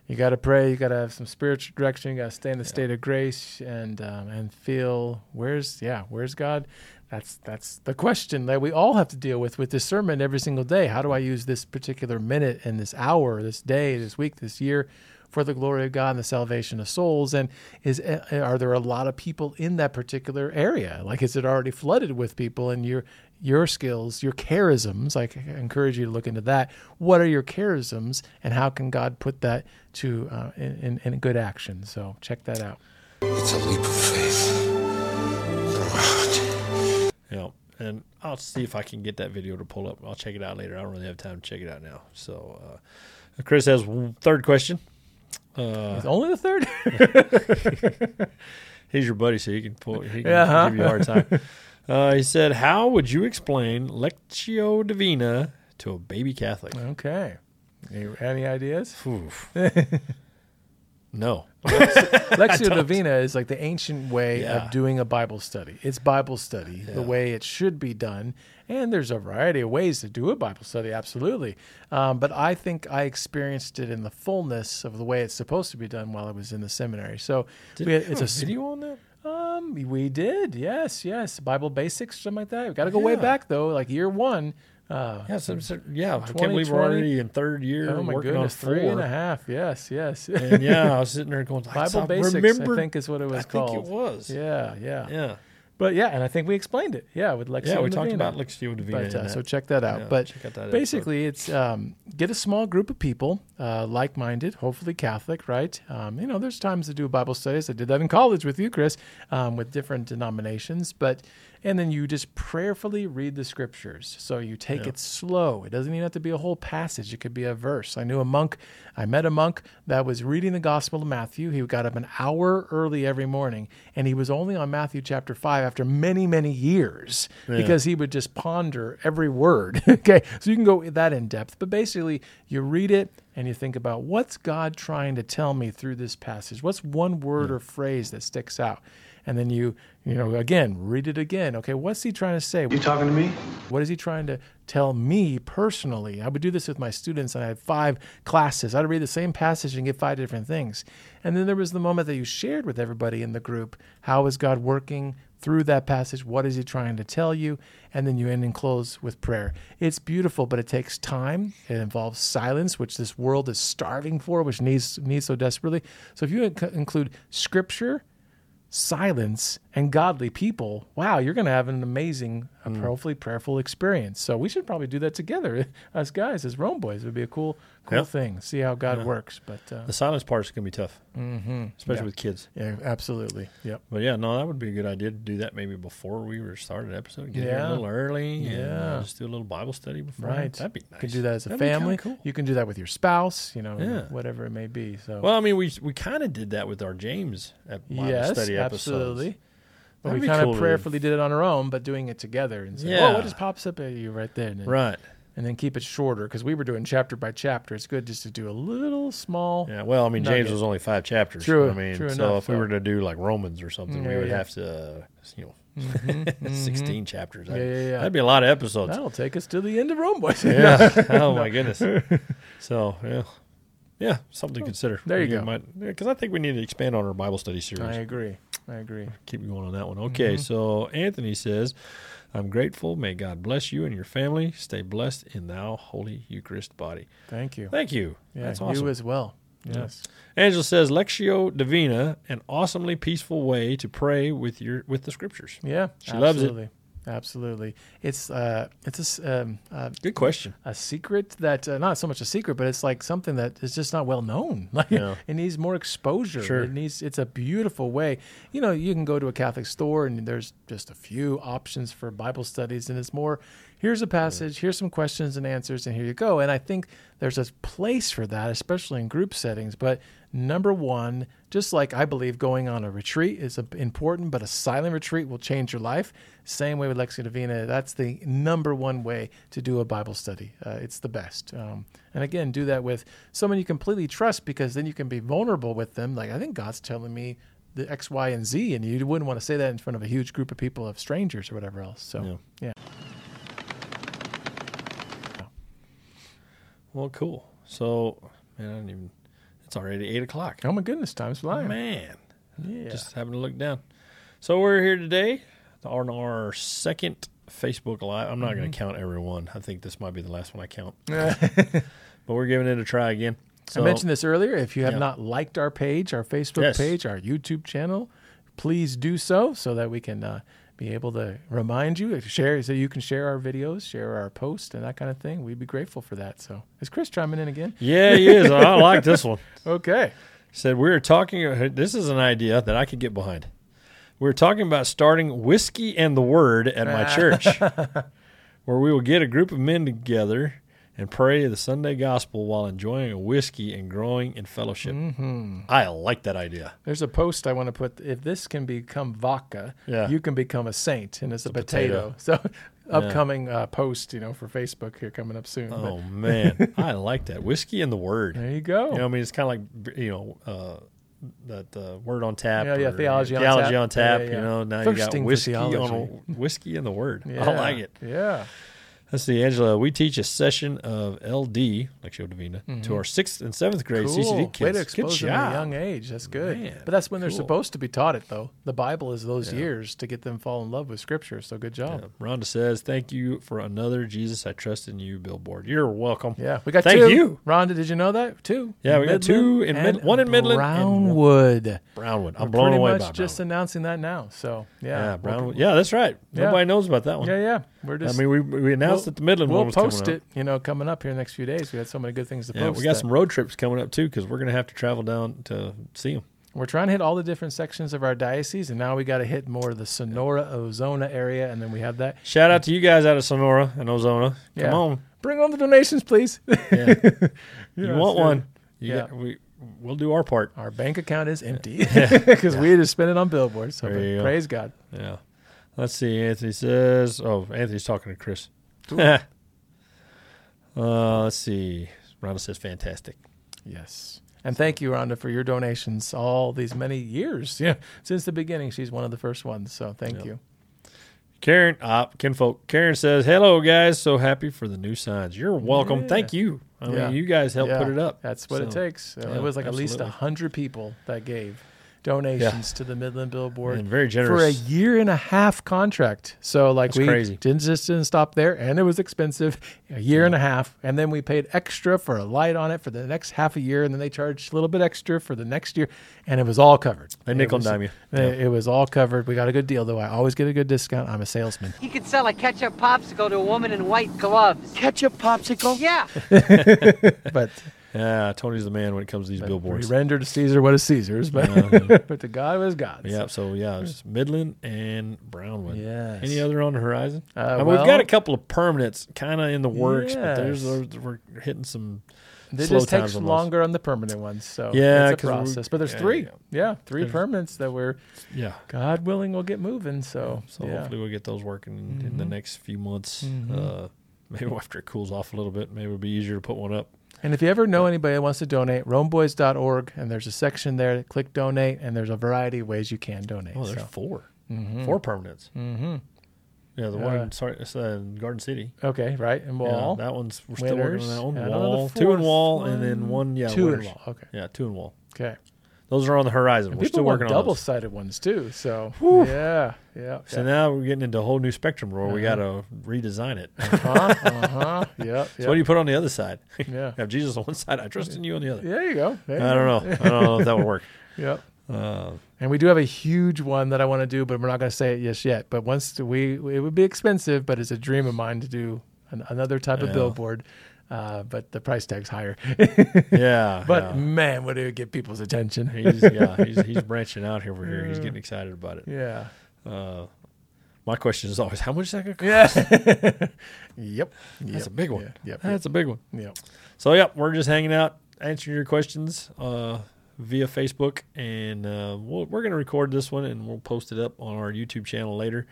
You got to pray. You got to have some spiritual direction. You got to stay in the state of grace and um, and feel where's yeah where's God. That's that's the question that we all have to deal with with discernment every single day. How do I use this particular minute and this hour, this day, this week, this year? For the glory of God and the salvation of souls, and is eh, are there a lot of people in that particular area? Like, is it already flooded with people? And your your skills, your charisms. I c- encourage you to look into that. What are your charisms, and how can God put that to uh, in, in, in good action? So check that out.
It's a leap of faith.
Yeah. and I'll see if I can get that video to pull up. I'll check it out later. I don't really have time to check it out now. So, uh, Chris has one- third question.
It's only the third.
He's your buddy, so he can pull. He can
Yeah, huh?
give you a hard time. Uh, he said, "How would you explain Lectio Divina to a baby Catholic?"
okay. Any, any ideas?
Oof. no,
Lexio Divina is like the ancient way
Yeah.
of doing a Bible study. It's Bible study, the way it should be done. And there's a variety of ways to do a Bible study, absolutely. Um, but I think I experienced it in the fullness of the way it's supposed to be done while I was in the seminary. So we had-
it's a
s-
video on that.
Um, we did, yes, yes. Bible basics, something like that. We got to go way back though, like year one. Uh,
Yeah, some, some- yeah. I can't
20,
believe we're
20.
already in third year.
oh my
working
goodness,
on four.
three and a half. Yes, yes.
And yeah, I was sitting there going, I,
Bible
saw-
basics,
remembered,
I think, is what it was
I
called.
think it was.
Yeah, yeah,
yeah,
But yeah, and I think we explained it. Yeah, with Lexi.
yeah. we
and
talked
Davina.
about Lectio Divina.
But,
in
uh,
that.
so check that out.
Yeah,
but
check out that episode.
basically, it's um, get a small group of people, uh, like-minded, hopefully Catholic, right? Um, you know, there's times to do Bible studies. I did that in college with you, Chris, um, with different denominations. But and then you just prayerfully read the scriptures. So you take it slow. It doesn't even have to be a whole passage. It could be a verse. I knew a monk. I met a monk that was reading the Gospel of Matthew. He got up an hour early every morning, and he was only on Matthew chapter five after many, many years because he would just ponder every word. okay, so you can go that in depth, but basically, you read it and you think about what's God trying to tell me through this passage. What's one word or phrase that sticks out, and then you, you know, again, read it again. Okay, what's he trying to say?
You talking to me?
What is he trying to tell me personally? I would do this with my students, and I had five classes. I'd read the same passage and get five different things. And then there was the moment that you shared with everybody in the group how is God working through that passage? What is he trying to tell you? And then you end and close with prayer. It's beautiful, but it takes time. It involves silence, which this world is starving for, which needs, needs so desperately. So if you inc- include scripture, silence and godly people, wow, you're going to have an amazing, a
Mm.
hopefully prayerful experience. So we should probably do that together, us guys, as Rome boys. It would be a cool, cool
Yeah.
thing. See how God works. But uh,
the silence part's gonna be tough, mm-hmm. especially with kids.
yeah, absolutely. Yep.
But yeah, no, that would be a good idea to do that maybe before we were started the episode. Get here
Yeah.
a little early. and,
Yeah.
uh, just do a little Bible study before.
Right.
that'd be nice.
You can do that as a
That'd be kinda
family.
cool.
You can do that with your spouse, you know,
Yeah.
whatever it may be. So,
Well, I mean, we we kind of did that with our James ep- Bible
yes,
study episodes.
absolutely. But
That'd
we
be
kind of
cool to-
prayerfully did it on our own, but doing it together and saying, "Oh,
Yeah.
what just pops up at you right there?" And then-
Right.
and then keep it shorter because we were doing chapter by chapter. It's good just to do a little small.
Yeah. Well, I mean, James
Nugget.
was only five chapters.
True-
I mean,
true
so
enough,
if we
so-
were to do like Romans or something, we
Yeah,
would
yeah. Mm-hmm,
have to, uh, you know, 16 chapters. Yeah,
yeah, yeah.
That'd be a lot of episodes.
That'll take us to the end of Rome, boys.
Yeah. oh my goodness. So yeah, yeah, something to consider.
There you go.
Because I think we need to expand on our Bible study series.
I Mm-hmm. agree. I agree.
Keep going on that one. Okay, so Anthony says, "I'm grateful. May God bless you and your family. Stay blessed in Thou Holy Eucharist Body."
Thank you.
Thank you.
Yeah,
That's awesome.
You as well. Yes.
Angela says, "Lectio Divina, an awesomely peaceful way to pray with your with the Scriptures."
Yeah.
She loves it.
absolutely. Absolutely. It's uh, it's a, s- um, uh,
Good question.
a secret that uh, not so much a secret, but it's like something that is just not well known. Like
Yeah.
it needs more exposure.
Sure.
It needs. It's a beautiful way. You know, you can go to a Catholic store and there's just a few options for Bible studies, and it's more. Here's a passage. Here's some questions and answers, and here you go. And I think there's a place for that, especially in group settings. But number one, just like I believe going on a retreat is a- important, but a silent retreat will change your life. Same way with Lexi Divina. That's the number one way to do a Bible study. Uh, it's the best. Um, and again, do that with someone you completely trust because then you can be vulnerable with them. Like, I think God's telling me the X, Y, and Z, and you wouldn't want to say that in front of a huge group of people, of strangers or whatever else. So, yeah.
Well, cool. So, man, I didn't even. It's already eight o'clock.
Oh my goodness, time's flying.
Man,
Yeah.
just having to look down. So we're here today on our second Facebook Live. I'm not going
Mm-hmm.
to count everyone. I think this might be the last one I count. but we're giving it a try again. So,
I mentioned this earlier. If you have
Yeah.
not liked our page, our Facebook
Yes.
page, our YouTube channel, please do so so that we can uh, be able to remind you, share, so you can share our videos, share our posts, and that kind of thing. We'd be grateful for that. So, is Chris chiming in again?
Yeah, he is. I like this one.
Okay.
Said we were talking. This is an idea that I could get behind. We were talking about starting
Ah.
whiskey and the word at my church, where we will get a group of men together and pray the Sunday gospel while enjoying a whiskey and growing in fellowship.
Mm-hmm.
I like that idea.
There's a post I want to put. If this can become vodka,
Yeah.
you can become a saint, and it's, a,
potato.
potato. So, upcoming uh, post, you know, for Facebook here coming up soon.
Oh man, I like that whiskey and the word.
But there you go.
You know, I mean, it's kind of like you know uh, that uh, word on tap.
Yeah, yeah,
or
theology on
theology
tap.
on tap.
Yeah, yeah,
You
yeah.
know, now you
Thirsting
got
for
whiskey on
theology.
whiskey and the word.
Yeah.
I like it.
Yeah.
Let's see, Angela. We teach a session of LD, Lectio Divina, to our sixth and seventh grade
Mm-hmm. Cool.
CCD kids.
Way to
Good
expose them at a
job.
young age. That's good.
Man,
but that's when they're
cool.
supposed to be taught it, though. The Bible is those years to get them fall in love with Scripture. So good job.
Rhonda says, "Thank you for another Jesus. I trust in you." Billboard. You're welcome.
Yeah, we got
Thank
two.
you.
Rhonda. Did you know that two?
Yeah, we got two in
and
Mid- one in Midland and one-
Brownwood.
Brownwood.
We're
I'm blown
pretty
away
much
by
just
Brownwood.
announcing that now. So yeah,
yeah,
we'll-
Brownwood. Yeah, that's right.
Yeah.
Nobody knows about that one.
yeah, yeah. We're just.
I mean, we we announced that the Midland
we'll
one was
post
coming
it.
up.
You know, coming up here in the next few days, we had so many good things to
Yeah,
post.
we got
that-
some road trips coming up too because we're gonna have to travel down to see them.
We're trying to hit all the different sections of our diocese, and now we got to hit more of the Sonora Ozona area, and then we have that.
Shout out to you guys out of Sonora and Ozona. Come
Yeah.
on,
Bring on the donations, please.
yeah. you want
sure.
one? You
Yeah.
get- we we'll do our part.
Our bank account is empty because we just spent it on billboards. So
There
but
you go.
praise God.
Yeah. Let's see. Anthony says, "Oh, Anthony's talking to Chris." uh, let's see. Rhonda says, "Fantastic."
Yes. And thank you, Rhonda, for your donations all these many years. Yeah. Since the beginning, she's one of the first ones. So thank you.
Karen, uh, kinfolk. Karen says, "Hello, guys. So happy for the new signs. You're welcome. Thank you. I
Yeah.
mean, you guys helped
Yeah,
put it up.
That's what it
So,
takes. Uh,
yeah,
it was like at least
absolutely.
100 people that gave donations to the Midland Billboard
And very
for a
generous.
year and a half contract. So, like,
That's
we
crazy.
Didn't, just didn't stop there, and it was expensive a year and a half. And then we paid extra for a light on it for the next half a year, and then they charged a little bit extra for the next year, and it was all covered.
They
It
nickel and
was-
dime you.
It, it was all covered. We got a good deal, though. I always get a good discount. I'm a salesman.
He could sell a ketchup popsicle to a woman in white gloves.
Ketchup popsicle?
Yeah.
But
Yeah, Tony's the man when it comes to these
we
billboards.
rendered to Caesar what is Caesar's, but, but to God was God.
Yeah, so yeah, it's Midland and Brownwood.
Hmm. Yes.
Any other on the horizon?
Uh,
I mean,
well-
we've got a couple of permanents kind of in the works, but there's
Yes.
those- we're hitting some.
It
slow
just
times
takes
on those.
longer on the permanent ones, so
Yeah,
it's a
'cause we-
process. But there's
yeah,
three,
yeah.
yeah, three permanents that we're
Yeah.
God willing will get moving. So,
So
yeah. Mm-hmm.
hopefully we'll get those working in, in the next few months. Uh, maybe after it cools off a little bit, maybe it'll be easier to put one up.
And if you ever know anybody that wants to donate, RomeBoys.org, and there's a section there. Click donate, and there's a variety of ways you can donate.
Oh, there's
so.
4 four permanents. Mm-hmm. Yeah, the one
Uh,
in, sorry, it's, uh, in Garden City.
okay, right, and
Yeah,
wall,
that one's we're still working on
Winners.
that one.
And another
wall, two in
fourth
wall,
one.
and then one. Yeah,
two and
winners.
wall. Okay,
Yeah, two and wall.
okay.
Those are on the horizon. We're
People
still
want
working on those.
double-sided ones too. So yeah, yeah,
So
yeah.
now we're getting into a whole new spectrum where we got to redesign it. so
uh-huh, uh-huh, yeah, yeah.
what do you put on the other side?
Yeah.
Have Jesus on one side, I trust in you on the other.
there you go. There you
I don't know. I don't know if that would work.
Yep.
uh,
and we do have a huge one that I want to do, but we're not going to say it just yet. But once we, it would be expensive, but it's a dream of mine to do an, another type of billboard. Uh, but the price tag's higher.
Yeah.
but
yeah.
man, would it get people's attention?
he's yeah, he's he's branching out here over here. He's getting excited about it.
Yeah.
My question is always, how much is that gonna cost?
Yeah. yep.
That's a big one.
Yeah, yep,
That's a big one.
Yep.
So yep, we're just hanging out, answering your questions uh, via Facebook, and uh, we'll, we're going to record this one and we'll post it up on our YouTube channel later.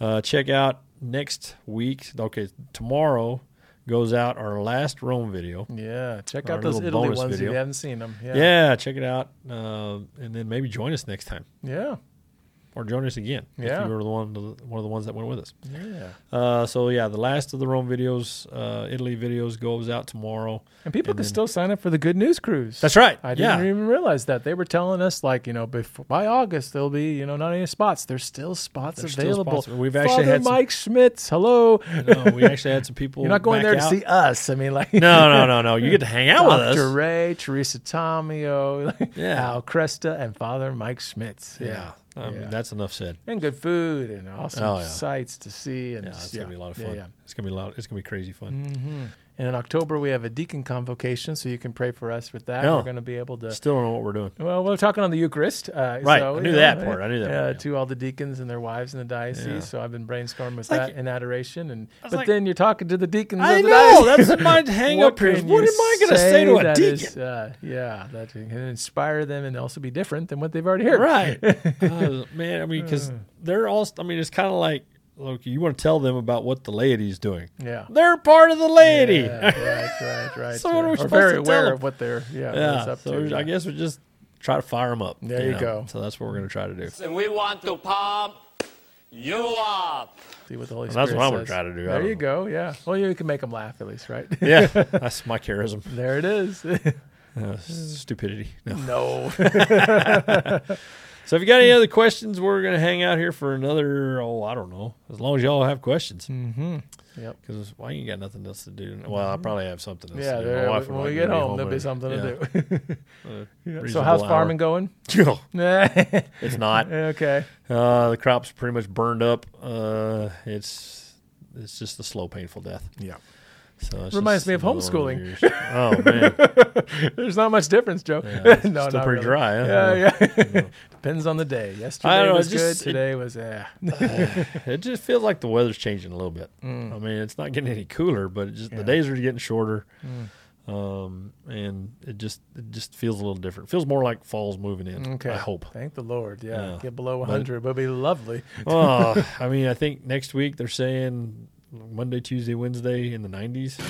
Uh, check out next week. Okay, tomorrow goes out our last Rome video.
Yeah. Check
Our
out those
little
Italy
bonus
ones if
video.
you haven't seen them. Yeah.
Yeah, check it out, uh, and then maybe join us next time
Yeah.
or join us again
Yeah.
if you were the one one of the ones that went with us.
Yeah.
Uh, so yeah, the last of the Rome videos, uh, Italy videos, goes out tomorrow.
And people
And
can
then-
still sign up for the Good News Cruise.
That's right.
I didn't
Yeah.
even realize that they were telling us like you know before, by August there'll be you know not any spots. There's still spots
There's still
available.
spots. We've actually
Father
had some-
Mike Schmitz. Hello,
No, uh, we actually had some people.
you're not going
back
there to
out.
see us. I mean like
No, no, no, no. You get to hang out with us.
Dr. Ray, Teresa Tomio,
Yeah.
Al Cresta, and Father Mike Schmitz.
Yeah. I mean,
Yeah.
that's enough said.
and good food and awesome
Oh, yeah.
sights to see. And
Yeah, Mm.
just-
it's gonna be a lot of
yeah,
fun.
yeah.
It's gonna be a lot. It's gonna be crazy fun.
And in October, we have a deacon convocation, so you can pray for us with that.
Yeah.
We're going to be able to.
Still don't know what we're doing.
Well, we're talking on the Eucharist. Uh,
Right,
so,
I
you
knew
know,
that part, I knew that
Uh,
part, yeah.
To all the deacons and their wives in the diocese. So I've been brainstorming with
Like-
that in adoration. and But
like-
then you're talking to the deacons
I
of the
know.
diocese.
That's my hang up here.
can
What am
you
I going to say to a
that
deacon?
is, uh, yeah, that can inspire them and also be different than what they've already heard.
right. Uh, man, I mean, because they're all, I mean, it's kind of like, look, you want to tell them about what the laity's doing.
Yeah.
They're part of the laity.
Yeah, right, right, right.
So what are we
yeah. Or
supposed
very
to
aware
tell 'em?
of what they're yeah, what it's
Yeah,
up
so
to. yeah.
I guess we just try to fire them up.
There you go.
So that's what we're going to try to do. That's
And we want to pump you up.
See what the Holy
what
Spirit
I'm going
says.
to try to do. I
There
don't
you
know.
go. Yeah. Well, you can make them laugh at least, right?
Yeah, that's my charism.
there it is.
Uh, stupidity. No.
no.
So if you got any other questions, we're going to hang out here for another, oh, I don't know, as long as y'all have questions. Mm-hmm.
Yep.
Because well, I ain't got nothing else to do. Well, I probably have something else
yeah.
to do. My
There,
wife
when
would
we
like
get
me
home, there'll be
at-
something
yeah.
to do. so
reasonable
how's
hour.
farming going? okay.
it's not. Uh, the crop's pretty much burned up. Uh, it's it's just a slow, painful death.
Yeah.
So it's
Reminds
just
me of
another one those
homeschooling.
years. oh man,
There's not much difference, Joe.
it's
no,
still
not
pretty
really.
dry, huh?
Yeah, yeah. Depends on the day. Yesterday
know,
was
it just-
good.
it-
Today was eh. yeah.
it just feels like the weather's changing a little bit.
Mm.
I mean, it's not getting any cooler, but it just the days are getting shorter.
Mm.
Um, and it just it just feels a little different. feels more like fall's moving in.
Okay.
I hope.
Thank the Lord. Yeah.
Yeah.
Get below 100 would be lovely.
oh, I mean, I think next week they're saying Monday, Tuesday, Wednesday in the 90s.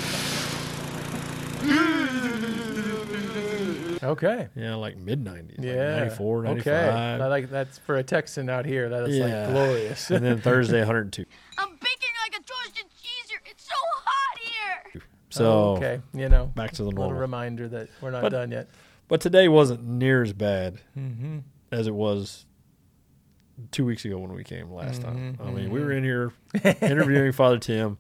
Okay.
Yeah, like mid 90s.
Yeah.
Like 94, 95.
Okay. I like that's for a Texan out here. That is
Yeah.
like glorious.
and then Thursday, 102.
I'm baking like a toasted cheeser. It's so hot here.
So
okay. You know,
back to the
little
normal.
reminder that we're not
But-
done yet.
but today wasn't near as bad
Mm-hmm.
as it was two weeks ago when we came last time. I mean, we
Mm-hmm.
were in here interviewing Father Tim,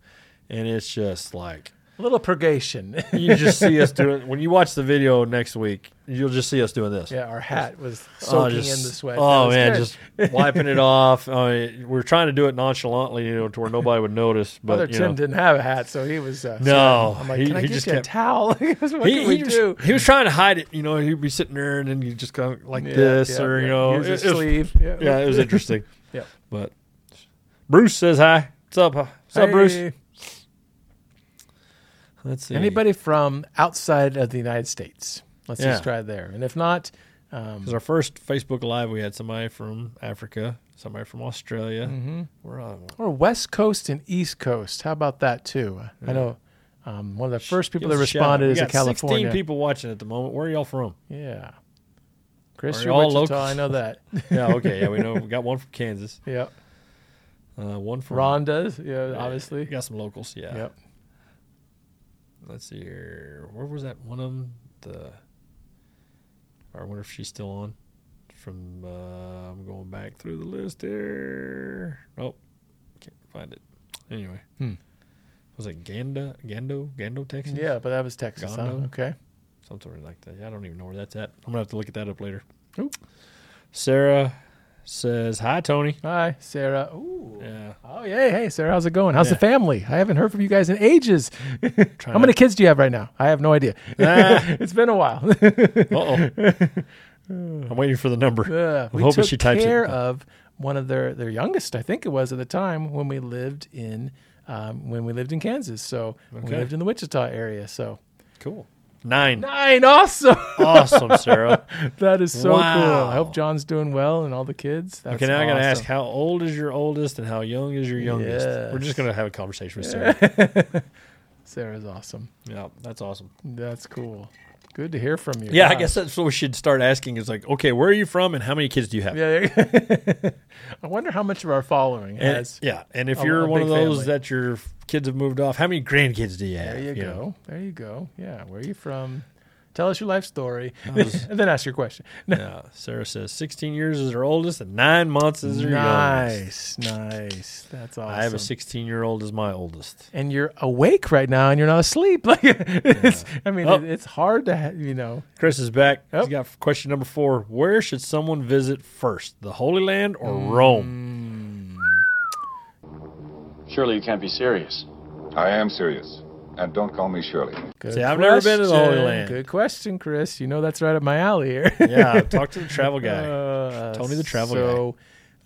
and it's just like
A little purgation.
you just see us doing. When you watch the video next week, you'll just see us doing this.
yeah. Our hat was
Oh,
soaking in the sweat. That
Oh
was
man,
good.
just wiping it off. I mean, we're trying to do it nonchalantly, you know, to where nobody would notice. But
Father
you
Tim
know,
didn't have a hat, so he was. Uh,
No,
sweating. I'm like,
he-
can I
he
get
just
you
kept-
a towel? what can we
he, was,
do?
he was trying to hide it. You know, he'd be sitting there and then you just go like
Yeah,
this,
yeah,
or you
yeah.
know,
Here's his
it- it was-
sleeve. Yeah.
yeah, it was interesting.
Yeah.
but Bruce says hi. What's up? huh? What's up,
Hey.
Bruce? Let's see.
Anybody from outside of the United States? Let's just
Yeah.
try there. And if not, um,
'Cause our first Facebook Live, we had somebody from Africa, somebody from Australia. Mm-hmm. We're on.
or West Coast and East Coast. How about that too? I know um, one of the first people that responded is
we
a
got
California.
Sixteen people watching at the moment. Where are y'all from?
Yeah, Chris,
Are
you're
y'all
Wichita.
local?
I know that.
Yeah, okay. Yeah, we know. We got one from Kansas.
yeah,
Uh, one from
Rhonda's. Yeah,
Yeah,
obviously.
we got some locals. Yeah.
Yep.
Let's see here. Where was that one of them? The. I wonder if she's still on. From uh, I'm going back through the list here. Oh, can't find it. Anyway.
Hmm.
Was it Ganda, Gando, Gando, Texas?
Yeah, but that was Texas. Huh?
Gondo.
Okay.
something like that. Yeah, I don't even know where that's at. I'm gonna have to look at that up later.
Ooh.
Sarah says hi, Tony.
Hi, Sarah. Ooh.
Yeah.
Oh yeah. Hey, Sarah. How's it going? How's the
Yeah. Uh,
family? I haven't heard from you guys in ages. How many kids do you have right now? I have no idea.
Ah.
it's been a while.
Uh oh. I'm waiting for the number.
Uh,
I'm
we
hoping
took
she types
care
it.
of one of their their youngest, I think it was at the time when we lived in um, when we lived in Kansas. So we
Okay.
lived in the Wichita area. So
Cool. Nine.
nine, awesome.
Awesome, Sarah.
that is so cool.
Wow.
I hope John's doing well and all the kids. That's
okay, now I gotta ask,
awesome.
how old is your oldest and how young is your youngest? We're
Yes.
just gonna have a conversation with Sarah.
Sarah's awesome.
yeah, that's awesome.
That's cool. Good to hear from you.
Yeah, I
Wow.
guess that's what we should start asking. Is like, okay, where are you from and how many kids do you have?
Yeah. there- I wonder how much of our following
And,
has.
Eh, yeah, and if
a-
you're
a
one of
big
those
family.
that your kids have moved off, how many grandkids do you have?
There
know?
you, go. There you go. Yeah. Where are you from? Tell us your life story,
was-
and then ask your question.
Yeah, Sarah says 16 years is her oldest and nine months is her youngest.
Nice, nice. That's awesome.
I have a 16 year old as my oldest.
and you're awake right now, and you're not asleep. Like it's, I mean,
Oh.
it, it's hard to, ha- you know.
Chris is back.
Yep.
He's got question number four. Where should someone visit first, the Holy Land or Rome?
Surely you can't be serious.
I am serious.
And don't call me Shirley.
Good
See, I've never been to the Holy
question.
Land.
Good question, Chris. You know that's right up my alley here.
Yeah, talk to the travel guy.
Uh,
Tony the travel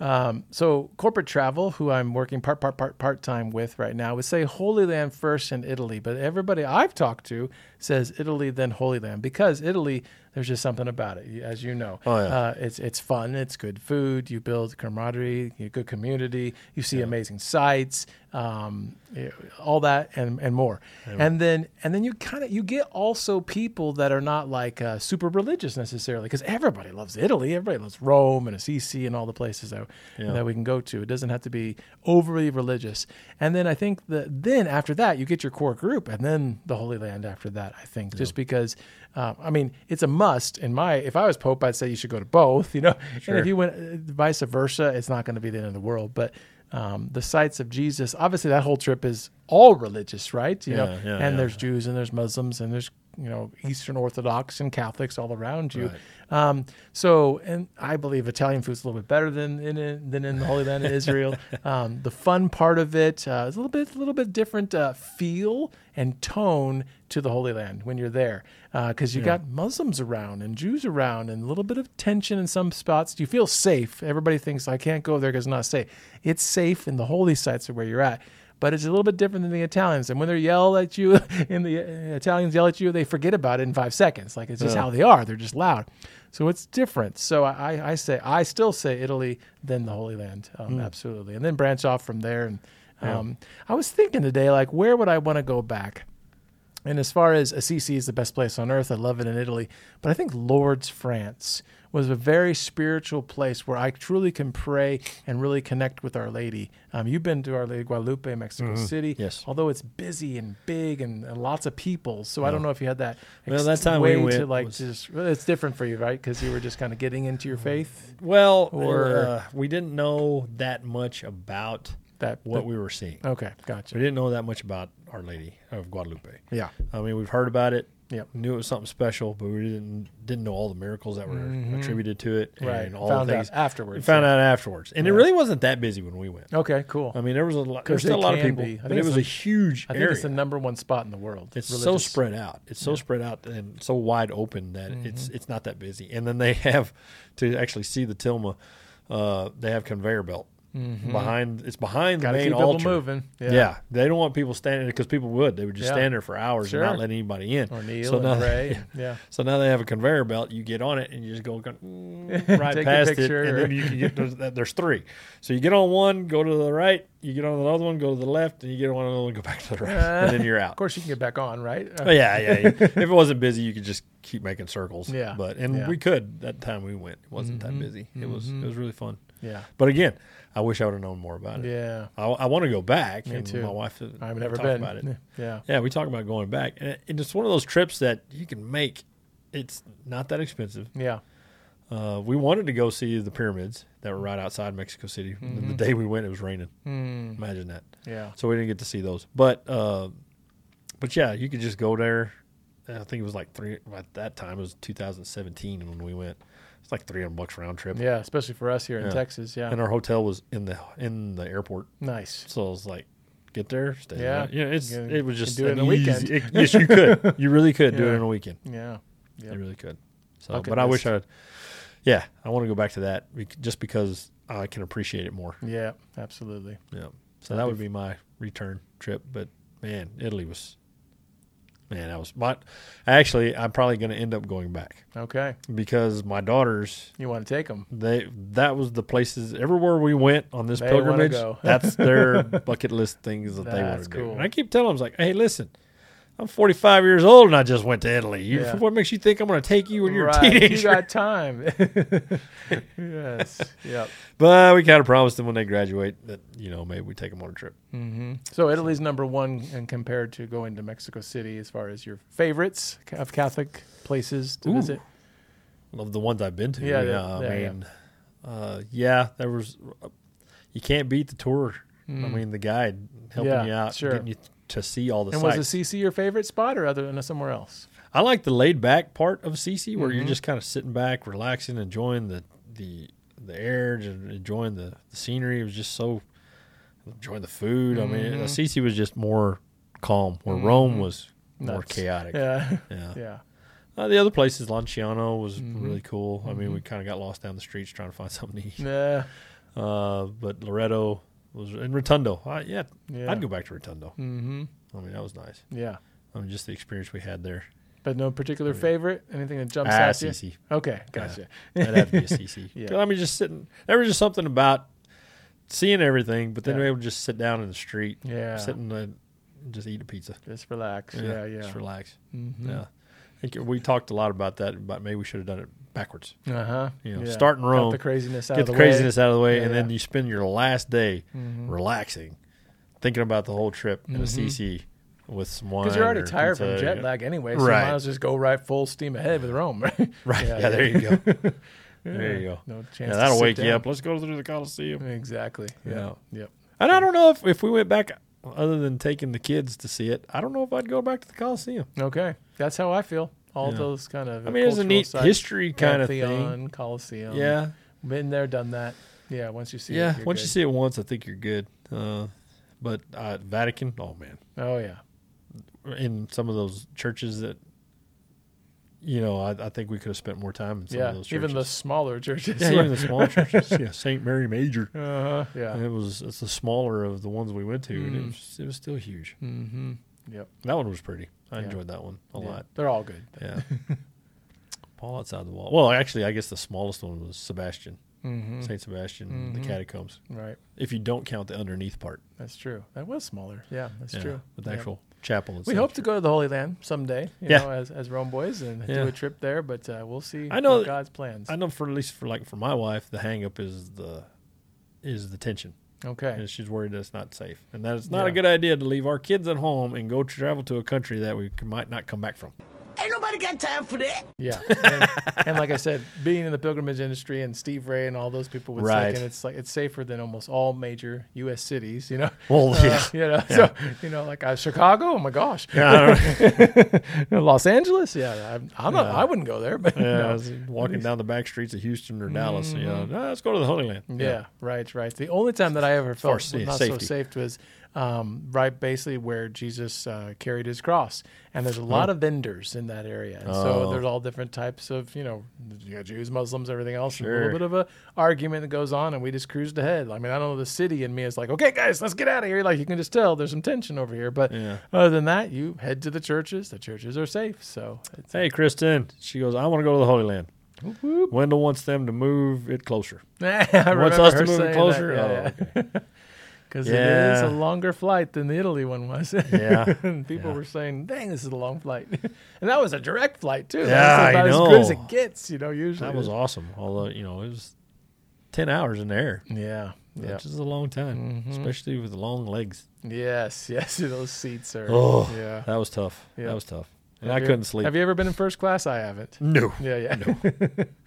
so, Um, so corporate travel, who I'm working part part part part time with right now, would say Holy Land first and Italy, but everybody I've talked to says Italy then Holy Land because Italy, there's just something about it, as you know.
Oh, yeah.
uh, it's it's fun, it's good food, you build camaraderie, you good community, you see amazing sights, um, you- all that and and more. And then and then you kind of you get also people that are not like uh, super religious necessarily because everybody loves Italy, everybody loves Rome and Assisi and all the places that that we can go to. It doesn't have to be overly religious. And then I think that then after that you get your core group and then the Holy Land after that. I think just because um, I mean it's a must in my if I was Pope I'd say you should go to both. You know, and
Sure.
if you went uh, vice versa, it's not going to be the end of the world, but um, the sites of Jesus. Obviously, that whole trip is all religious, right? You know,
Yeah, yeah,
and
yeah.
there's Jews and there's Muslims and there's you know Eastern Orthodox and Catholics all around you. Um, so, and I believe Italian food's a little bit better than in in- than in the Holy Land of Israel. Um, the fun part of it uh, is a little bit a little bit different uh, feel and tone to the Holy Land when you're there because you got Muslims around and Jews around and a little bit of tension in some spots. You feel safe. Everybody thinks I can't go there because it's not safe. It's safe in the holy sites of where you're at but it's a little bit different than the Italians. And when they yell at you, and the uh, Italians yell at you, they forget about it in five seconds. Like it's just how they are. They're just loud. So it's different. So I, I- I say, I still say Italy, then the Holy Land, um, absolutely, and then branch off from there. And um, I was thinking today, like, where would I want to go back? And as far as Assisi is the best place on earth, I love it in Italy. But I think Lourdes, France, was a very spiritual place where I truly can pray and really connect with Our Lady. Um, you've been to Our Lady Guadalupe, Mexico City.
yes.
Although it's busy and big and, and lots of people, so I don't know if you had that.
Well,
ex-
that time we
way to
went
like
was- Mm-hmm.
just. well, It's different for you, right? Because you were just kind of getting into your faith.
Well,
Or-
uh, we didn't know that much about
That
what we were seeing.
Okay,
We
gotcha.
didn't know that much about Our Lady of Guadalupe.
Yeah.
I mean, we've heard about it.
Yep.
Knew it was something special, but we didn't didn't know all the miracles that were attributed to it and
Mm-hmm. Right.
all
Found
the
out
things
afterwards,
Found
yeah.
out afterwards, and it really wasn't that busy when we went.
Okay, cool.
I mean, there was a lot. Um, There's
Because
still a
it
lot of
can
people,
be. I think
but it
it's
was
the-
a huge
I think
area.
it's the number one spot in the world.
It's so
Religious. Mm-hmm.
spread out. It's so spread out and so wide open that it's it's not that busy. And then they have to actually see the tilma. Uh, they have conveyor belt behind. It's behind
Mm-hmm. Gotta
the main
keep people
altar.
moving.
Yeah. they don't want people standing because people would. They would just
Yeah.
stand there for hours
Sure.
and not let anybody in.
Or kneel
so
and
now,
pray. Yeah.
So now they have a conveyor belt. You get on it and you just go mm, right
Take your
past
picture
it, and
or-
then you can get there's, there's three. So you get on one, go to the right. You get on another one, go to the left, and you get on another one, go back to the right, and then you're out.
Uh, Of course, you can get back on, right?
Oh, yeah, yeah. you- if it wasn't busy, you could just keep making circles.
Yeah,
But and
yeah. Mm-hmm.
we could that time we went. It wasn't that busy. It was it was really fun.
Yeah.
But again, I wish I would have known more about it.
Yeah.
I, I want to go back. Me and
too.
My wife. and
I've
we
never
talk
been.
About it.
Yeah.
Yeah, we talk about going back, and, it- and it's one of those trips that you can make. It's not that expensive.
Yeah.
Uh, we wanted to go see the pyramids that were right outside Mexico City. The day we went, it was raining. Imagine that.
Mm-hmm. Mm. Yeah.
So we didn't get to see those. But uh, but yeah, you could just go there. I think it was like three at that time. It was 2017 when we went. It's like 300 bucks round trip.
Yeah. Especially for us here in
Yeah.
Texas. Yeah.
And our hotel was in the in the airport,
nice.
so it was like get there, stay.
Yeah.
there. You know, it's
You can-
it was just
do it
an
in a
easy-
weekend.
it- yes, you could. You really could do
Yeah.
it in a weekend.
Yeah. Yeah.
You really could. So,
Bucket
but I wish
list.
I. Yeah, I want to go back to that bec- just because I can appreciate it more.
Yeah. Absolutely.
Yeah. So that would be my return trip. But man, Italy was man, that was my actually I'm probably gonna end up going back
Okay.
because my daughters
You want to take them?
they that was the places everywhere we went on this
They wanna
pilgrimage.
go.
that's their bucket list things that they want
That's
to do.
cool.
And I keep telling them, I was like, hey, listen, I'm 45 years old and I just went to Italy. You,
Yeah.
What makes you think I'm going to take you when you're a
right.
teenager?
You got time. yes. Yep.
but we kind of promised them when they graduate that you know maybe we take them on a trip.
So Italy's number one, and compared to going to Mexico City, as far as your favorites of Catholic places to
Ooh.
visit.
of the ones I've been to.
Yeah,
Yeah,
yeah,
I
yeah, yeah.
mean, Uh, yeah, there was. You can't beat the tour. I mean, the guide helping
Mm. Yeah,
you out,
sure.
getting you to see all the
And was
sights.
Assisi your favorite spot, or other than somewhere else?
I like the laid back part of CC where
Mm-hmm.
you're just kind of sitting back, relaxing, enjoying the the the air, and enjoying
Mm-hmm.
uh, the, the scenery. It was just so enjoying the food. I mean, CC was just more calm, where Rome was more
Nuts.
chaotic.
Mm-hmm. Yeah.
Yeah.
Yeah.
Uh, the other places, Lanciano was
Mm-hmm.
really cool. I mean, we kind of got lost down the streets trying to find something to eat.
Yeah.
Uh, but Loretto was and Rotundo. I, yeah,
Yeah.
I'd go back to Rotundo. Mm-hmm. I mean, that was nice.
Yeah.
I mean, just the experience we had there.
But no particular favorite? Anything that jumps
Ah,
out at you?
CC.
Okay, gotcha.
That'd have to be a CC.
Yeah.
'Cause, I mean, just sitting. There was just something about seeing everything, but then
Yeah.
we would just sit down in the street,
Yeah.
sit and uh, just eat a pizza.
Just relax. Yeah, Mm-hmm. yeah.
Just relax. Yeah. I think we talked a lot about that, but maybe we should have done it backwards.
Uh huh.
You know, start in Rome,
Get the craziness out
Get
of
the,
the, way.
craziness out of the way,
Yeah,
and then
yeah. Mm-hmm.
you spend your last day relaxing, thinking about the whole trip in a CC with some wine.
Because Mm-hmm. you're already
or
tired
pizza.
from jet lag anyway, so you
Right.
might as well just go right full steam ahead with Rome, right?
Right. Yeah, there you go. There you go.
No chance.
Yeah,
to
that'll
sit
wake you
down.
up. Let's go through the Coliseum.
Exactly. Yeah. Yep.
And I don't know if, if we went back, other than taking the kids to see it, I don't know if I'd go back to the Coliseum.
Okay. That's how I feel. All
Yeah.
those kind of.
I mean, it's a
cultural
neat
sites.
history kind of thing.
Pantheon, Colosseum.
Yeah.
Been there, done that. Yeah. Once you see
Yeah.
it.
Once you see it once, I think you're good. Uh, but uh, Vatican, oh, man.
Oh, yeah.
In some of those churches that, you know, I, I think we could have spent more time in some
yeah.
of those churches.
Even the smaller churches.
yeah, even the small churches. Yeah, St. Mary Major.
Uh-huh.
And
Yeah.
it was it's the smaller of the ones we went to, and it
Mm.
was it was still huge.
Yep.
That one was pretty. I
Mm. Yeah.
enjoyed that one a
Yeah.
lot.
They're all good.
Yeah. Paul outside the wall. Well, actually, I guess the smallest one was Sebastian,
Mm-hmm.
Saint Sebastian, the catacombs.
Right.
If you don't count the underneath part,
That's true. That was smaller. Yeah. That's
Yeah,
true.
But the
Yeah.
actual chapel.
We
itself.
hope to go to the Holy Land someday, you
Yeah.
know, as, as Rome boys and
Yeah.
do a trip there, but uh, we'll see
I know
what
that-
God's plans.
I know for at least for like for my wife, the hang up is the is the tension,
okay.
and she's worried that's not safe, and that it's not a
Yeah.
good idea to leave our kids at home and go travel to a country that we c- might not come back from.
Yeah. And, and like I said, being in the pilgrimage industry and Steve Ray and all those people would
Right.
think and it's like it's safer than almost all major US cities, you know. Uh,
Well, yeah.
You know, so you know, like uh, Chicago, oh my gosh.
Yeah, I don't know.
Los Angeles, yeah. I, I'm not, I wouldn't go there, but
Yeah,
no.
I was walking down the back streets of Houston or Dallas. You
Mm-hmm.
know, "Ah, let's go to the Holy Land.
Yeah, right, right. The only time that I ever felt
sa-
not so
safety.
safe was um, right basically where Jesus uh, carried his cross. And there's a lot of vendors in that area. And so
Oh.
there's all different types of, you know, you got Jews, Muslims, everything else. and A
Sure.
little bit of a argument that goes on, and we just cruised ahead. I mean, I don't know, the city in me is like, okay, guys, let's get out of here. Like, you can just tell there's some tension over here. But
Yeah.
other than that, you head to the churches. The churches are safe. So it's,
Hey, Kristen. She goes, I want to go to the Holy Land. Wendell wants them to move it closer.
I
Wants
remember
us to
her
move
saying
it
that.
closer?
Yeah, yeah.
oh, okay.
because it
Yeah.
is a longer flight than the Italy one was.
Yeah.
and people were saying, "Dang, this is a long flight," and that was a direct flight too.
Yeah, I
that was about as good as
know.
it gets. You know, usually
That was awesome. Although, you know, it was 10 hours in the air,
Yeah, yeah, Mm-hmm.
which is a long time, especially with long legs.
yes, yes. Those seats are.
Oh,
yeah.
That was tough.
Yeah.
That was tough. And
Have
I
you-
couldn't sleep.
Have you ever been in first class? I haven't.
no.
Yeah, yeah,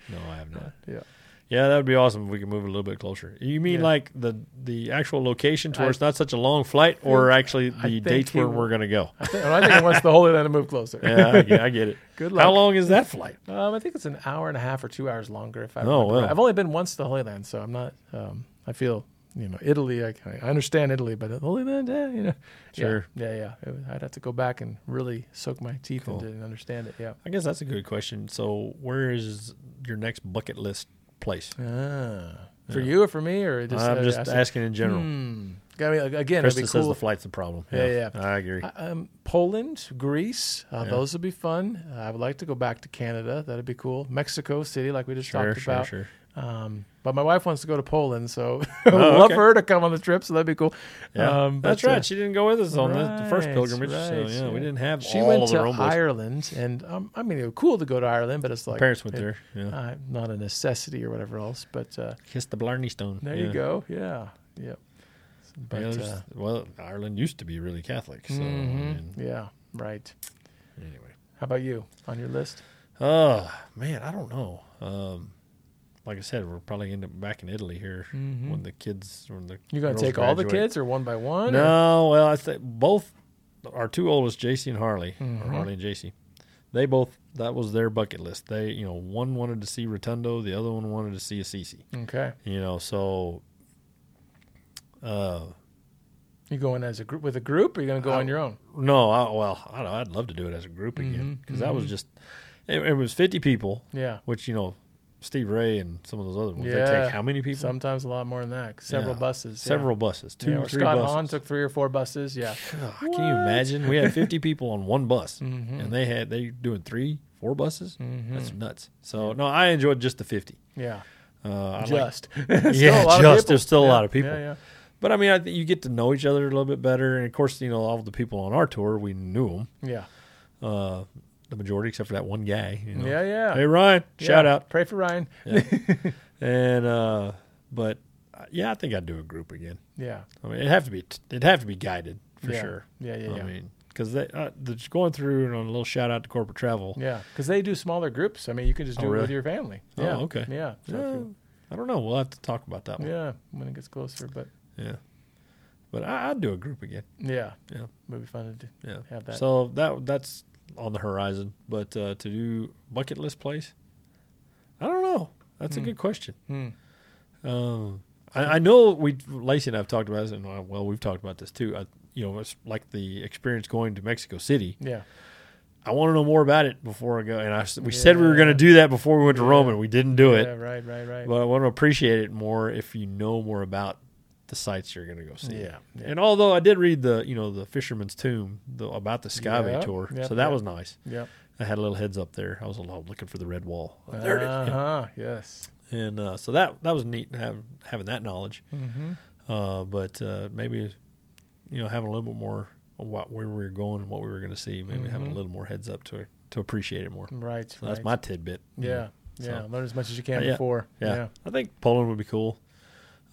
No, I have not.
yeah.
Yeah, that would be awesome if we could move it a little bit closer. You mean
Yeah.
like the the actual location to where
I-
it's not such a long flight or actually the
I think
dates
he
where
w-
we're going to go?
I think, I think it wants the Holy Land to move closer.
yeah, I get, I get it.
Good
How
luck.
long is that flight?
Um, I think it's an hour and a half or two hours longer. If I
Oh,
remember right.
wow.
I've only been once to the Holy Land, so I'm not. Um, I feel you know Italy. I, I understand Italy, but the Holy Land, eh, you know, Yeah,
Sure.
yeah, yeah. It would- I'd have to go back and really soak my teeth into it and understand it. Yeah.
I guess that's a good question. So, where is your next bucket list place?
Ah. For you or for me or just
I'm
uh,
just
I said-
asking in general.
I mean, again, it'd
Krista
be
says
cool.
the flight's the problem.
Yeah, yeah.
I agree.
um, Poland, Greece, uh, those would be fun. Uh, I would like to go back to Canada. That'd be cool. Mexico City, like we just
sure,
talked
sure,
about.
sure.
Um, but my wife wants to go to Poland, so I would love
Oh, okay.
for her to come on the trip. So that'd be cool.
Yeah,
Um,
that's
but, uh,
right. She didn't go with us on the, the first
right,
pilgrimage, so
right,
yeah, we
yeah.
didn't have
she
all
went
of
to
the Rome boys.
Ireland, and um, I mean, it was cool to go to Ireland, but it's like
Parents went
it-
there. Yeah,
uh, not a necessity or whatever else. But uh,
kiss the Blarney Stone.
there
Yeah.
you go. Yeah. Yep. But,
Yeah, there's-
uh, Mm-hmm.
well, Ireland used to be really Catholic, so I mean,
yeah. Right.
anyway.
How about you on your list?
Oh man, I don't know. Um, like I said, we're probably end up back in Italy here when the kids when the
You're Mm-hmm. gonna
girls
take all the
graduate.
kids or one by one? or-
No, well, I think both our two oldest, JC and Harley,
Mm-hmm.
or Harley and JC, they both that was their bucket list. They, you know, one wanted to see Rotundo, the other one wanted to see Assisi.
Okay.
You know, so uh,
You going as a group with a group, or you going to go on your own?
No, I, well, I don't, know, I'd love to do it as a group again because that was just it, it was fifty people.
Mm-hmm. Yeah.
which you know, Steve Ray and some of those other ones. They
Yeah.
take how many people?
Sometimes a lot more than that. Several
Yeah.
buses. yeah.
Several buses. Two,
Yeah, or
three
Scott
buses.
Hahn took three or four buses. Yeah.
God, can you imagine? We had 50 people on one bus,
Mm-hmm.
and they had they doing three, four buses. That's nuts. So no, I enjoyed just the 50.
Yeah.
Uh, I like-
just. Still
yeah,
a lot of
just
people.
there's still a
Yeah,
lot of people.
Yeah, yeah.
But I mean, I think you get to know each other a little bit better, and of course, you know, all the people on our tour, we knew them,
Yeah.
uh, the majority except for that one guy. you know.
Yeah, yeah.
Hey Ryan, shout
Yeah.
out.
Pray for Ryan.
And uh, but uh, yeah, I think I'd do a group again.
Yeah.
I mean, it'd have to be it'd have to be guided for
Yeah.
sure.
Yeah, yeah,
I
yeah.
mean, because they uh, they're just going through and on a little shout out to corporate travel.
Yeah. Because they do smaller groups. I mean, you can just
Oh,
do it with
really?
your family.
Oh,
yeah.
okay.
Yeah. So if you-
I don't know. We'll have to talk about that one. Yeah,
yeah. When it gets closer, but
but I, I'd do a group again.
yeah.
Yeah.
Would be fun to do.
Yeah,
Have that.
So that that's on the horizon. But uh, to do bucket list place, I don't know. That's
Hmm.
a good question. Um, I, I know we Lacey and I've talked about this, and uh, well, we've talked about this too. I, you know, it's like the experience going to Mexico City.
Yeah.
I want to know more about it before I go. And I, s- we said we were going to do that before we went to Rome, and we didn't do it.
Yeah. Right. Right. Right.
But I want to appreciate it more if you know more about the sites you're going to go see.
Yeah, yeah.
And although I did read the, you know, the Fisherman's Tomb the, about the Skyway
Yep,
tour,
yep,
so that
yep.
was nice.
yep.
I had a little heads up there. I was alone looking for the red wall. Oh, there it is.
Uh
Yeah.
huh. Yes.
And uh, so that that was neat have, having that knowledge.
Mm-hmm.
Uh, but uh, maybe, you know, having a little bit more of what where we were going and what we were going to see. Maybe having a little more heads up to to appreciate it more.
Right.
So that's
Mm-hmm. right.
my tidbit.
Yeah. Yeah.
So- Uh,
Learn as much as you can
Yeah.
before.
Yeah. I think Poland would be cool.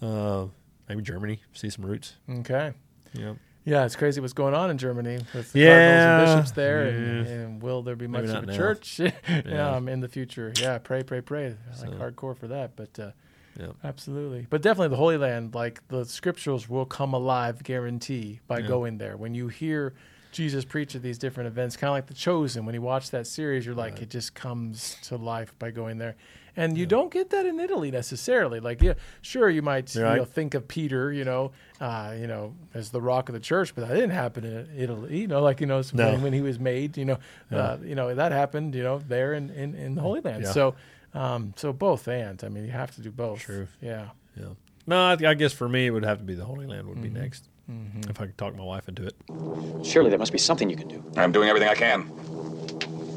Uh, maybe Germany, see some roots.
yeah. Okay.
Yeah.
Yeah, it's crazy what's going on in Germany with the
Yeah.
cardinals and bishops there, and, and will there be much
Maybe
of a
not now.
church um, in the future? Yeah, pray, pray, pray. I Like hardcore for that, but uh,
Yeah.
absolutely. But definitely the Holy Land, like the scriptures will come alive, guarantee, by going there. When you hear Jesus preach at these different events, kind of like the Chosen, when you watch that series, you're like, it just comes to life by going there. And you don't get that in Italy necessarily. Like, yeah, sure, you might you
Right.
know, think of Peter, you know, uh, you know, as the rock of the church, but that didn't happen in Italy. You know, like you know, it's
No.
when, when he was made, you know, uh, you know that happened, you know, there in in, in the Holy Land.
Yeah.
So, um, so both and I mean, you have to do both.
True.
Yeah.
Yeah. No, I, I guess for me it would have to be the Holy Land would be next. If I could talk my wife into it.
Surely there must be something you can do.
I'm doing everything I can.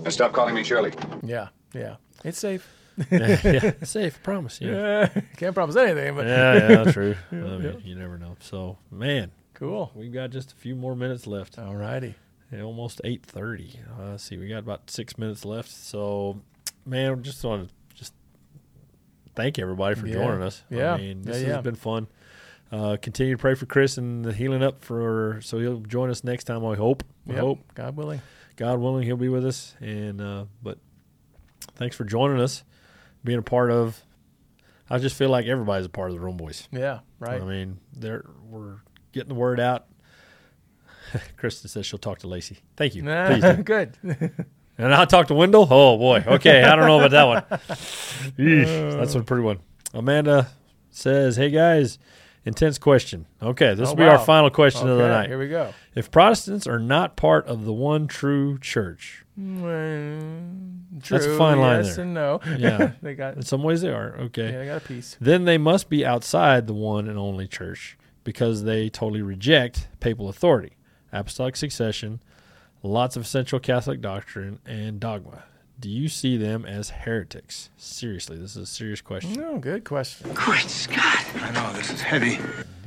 And stop calling me Shirley.
Yeah. Yeah. It's safe.
yeah. Safe, promise. Yeah.
Can't promise anything, but
Yeah, yeah, true. I mean, you never know. So, man,
cool.
we've got just a few more minutes left.
All righty.
It's almost eight thirty. Uh, let's see, we got about six minutes left. So, man, we just want to just thank everybody for
Yeah.
joining us.
Yeah.
I mean,
Yeah,
this
yeah.
has been fun. Uh, continue to pray for Chris and the healing up for so he'll join us next time. I hope. We
Yep.
hope
God willing.
God willing he'll be with us. And uh, but thanks for joining us, being a part of. I just feel like everybody's a part of the Room Boys.
Yeah. Right.
I mean, there we're getting the word out. Kristen says she'll talk to Lacey. Thank you.
Nah,
Please do.
good.
And I'll talk to Wendell. Oh boy. Okay, I don't know about that one. Yeesh, that's a pretty one. Amanda says, "Hey guys, intense question. Okay, this
Oh,
will be our
wow.
final question of the
Okay,
night.
Here we go.
If Protestants are not part of the one true church,
Mm, True.
That's a fine line
Yes
there.
and no.
Yeah.
they got.
in some ways they are. Okay,
Yeah, they got a piece.
then they must be outside the one and only church because they totally reject papal authority, apostolic succession, lots of central Catholic doctrine and dogma. Do you see them as heretics? Seriously, this is a serious question.
No, Oh, good question.
I know, this is heavy.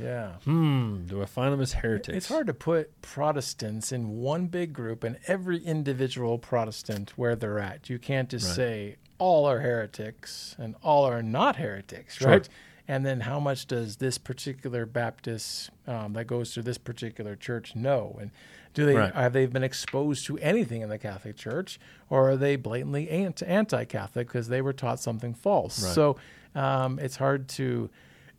Yeah.
Hmm, do I find them as heretics?
It's hard to put Protestants in one big group and every individual Protestant where they're at. You can't just say all are heretics and all are not heretics, right? And then how much does this particular Baptist um, that goes to this particular church know? And do they
Right.
have they been exposed to anything in the Catholic Church, or are they blatantly anti- anti-Catholic because they were taught something false? So um, it's hard to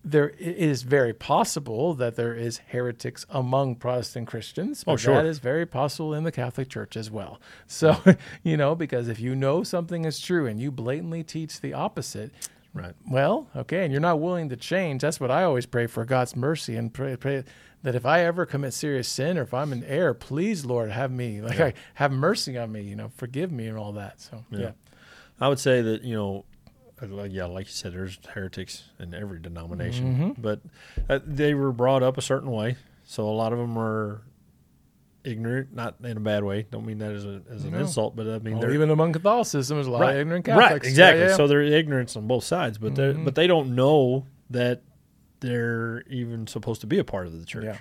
there it is very possible that there is heretics among Protestant Christians. But
sure.
That is very possible in the Catholic Church as well. So, you know, because if you know something is true and you blatantly teach the opposite,
Right.
Well, okay, and you're not willing to change. That's what I always pray for God's mercy and pray, pray that if I ever commit serious sin or if I'm in error, please, Lord, have me like I, have mercy on me. You know, forgive me and all that. So yeah,
I would say that you know, uh, yeah, like you said, there's heretics in every denomination,
Mm-hmm.
but uh, they were brought up a certain way, so a lot of them are ignorant, not in a bad way. Don't mean that as, a, as an insult, but I mean
Well,
they're
Oh, even among Catholicism, there's a lot of ignorant Catholics.
right,
Yeah,
exactly.
yeah, Mm-hmm. yeah.
So they're ignorance on both sides, but they're but they don't know that they're even supposed to be a part of the church.
Yeah.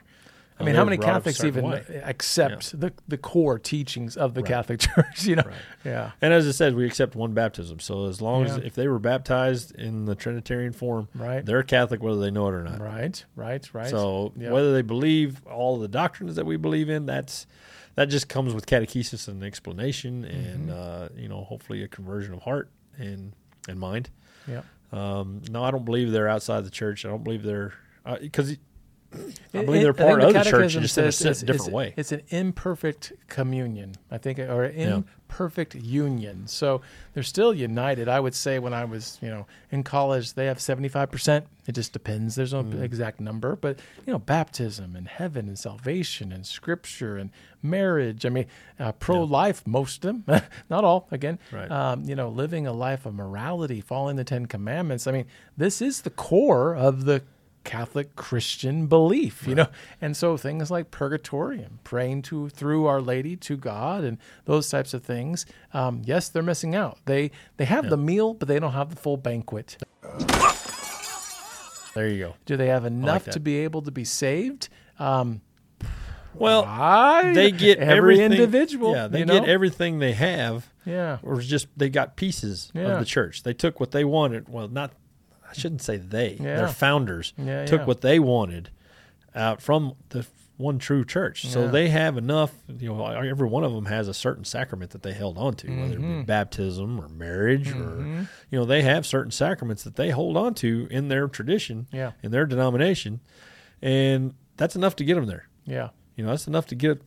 I
Uh,
mean,
they
how
were
many
brought up a
Catholics
certain
even
way.
accept the, the core teachings of the Catholic Church? You know, yeah,
And as I said, we accept one baptism. So as long as
Yeah.
if they were baptized in the Trinitarian form,
Right.
they're Catholic whether they know it or not.
right, right, right.
So
Yeah.
whether they believe all the doctrines that we believe in, that's that just comes with catechesis and explanation, and
Mm-hmm.
uh, you know, hopefully a conversion of heart and and mind.
yeah,
Um, no, I don't believe they're outside the church. I don't believe they're because I
It-
believe they're
it- I
part
think
of the church,
Catechism
just in a
says
si-
it's-
different
it's-
way.
It's an imperfect communion, I think, or imperfect union. So they're still united. I would say when I was, you know, in college, they have seventy five percent. It just depends. There's no
Mm.
exact number, but you know, baptism and heaven and salvation and scripture and marriage. I mean, uh, pro life, most of them, not all. Again,
Right.
um, you know, living a life of morality, following the Ten Commandments. I mean, this is the core of the Catholic Christian belief, you know. And so things like purgatorium, praying to through Our Lady to God, and those types of things. Um, yes, they're missing out. They they have the meal, but they don't have the full banquet.
there you go.
Do they have enough
that.
to be able to be saved?
Well,
I
they get
every
everything-
individual.
Yeah, they
you
get
know?
everything they have.
Yeah.
or it's just they got pieces
Yeah.
of the church. They took what they wanted. Well, not I shouldn't say they.
Yeah.
Their founders
Yeah,
took
yeah.
what they wanted out from the f- one true church. So
Yeah.
they have enough. You know, every one of them has a certain sacrament that they held on to, whether it
Mm-hmm.
be baptism or marriage, or you know, they have certain sacraments that they hold on to in their tradition,
Yeah.
in their denomination, and that's enough to get them there.
Yeah.
You know, that's enough to get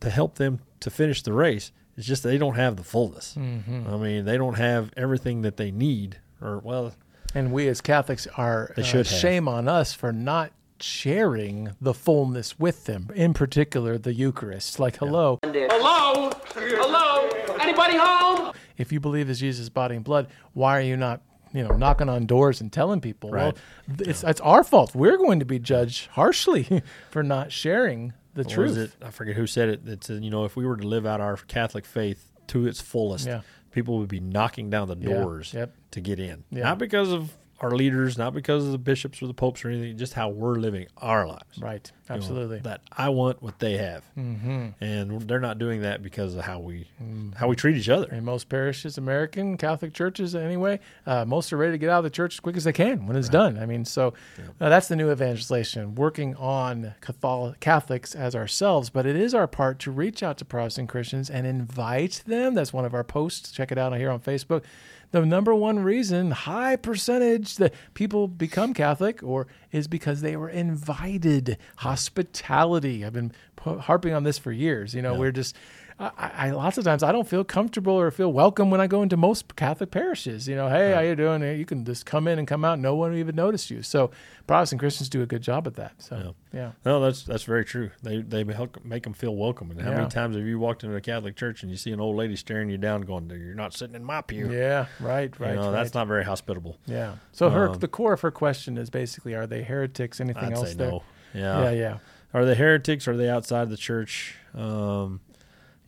to help them to finish the race. It's just they don't have the fullness.
Mm-hmm.
I mean, they don't have everything that they need. Or well,
And we as Catholics are
They
uh,
should have.
shame on us for not sharing the fullness with them, in particular the Eucharist. Like, hello,
Hello? Hello? Anybody home?
if you believe is Jesus' body and blood, why are you not, you know, knocking on doors and telling people?
Right.
Well, th- it's it's our fault. We're going to be judged harshly for not sharing the
what
truth.
was it? I forget who said it. It's you know, if we were to live out our Catholic faith to its fullest,
Yeah.
people would be knocking down the doors
Yep.
to get in.
Yeah.
Not because of our leaders, not because of the bishops or the popes or anything, just how we're living our lives.
Right.
You know,
Absolutely.
that I want what they have, mm-hmm. and they're not doing that because of how we
Mm-hmm.
how we treat each other.
In most parishes, American Catholic churches, anyway, uh, most are ready to get out of the church as quick as they can when it's done. I mean, so uh, that's the new evangelization, working on Catholic, Catholics as ourselves, but it is our part to reach out to Protestant Christians and invite them. That's one of our posts. Check it out here on Facebook. The number one reason, high percentage that people become Catholic, or is because they were invited. Hospitality. I've been po- harping on this for years. You know, we're just. I, I lots of times I don't feel comfortable or feel welcome when I go into most Catholic parishes. You know, hey, how you doing? You can just come in and come out. No one will even notice you. So Protestant Christians do a good job at that. So yeah,
No, that's that's very true. They they help make them feel welcome. And how
Yeah.
many times have you walked into a Catholic church and you see an old lady staring you down, going, "You're not sitting in my pew."
yeah, right,
you
right,
know,
right.
that's not very hospitable.
yeah. So her the core of her question is basically, are they heretics? Anything
I'd
else?
say
there?
no.
Yeah, yeah.
Are they heretics? Are they outside the church? Um,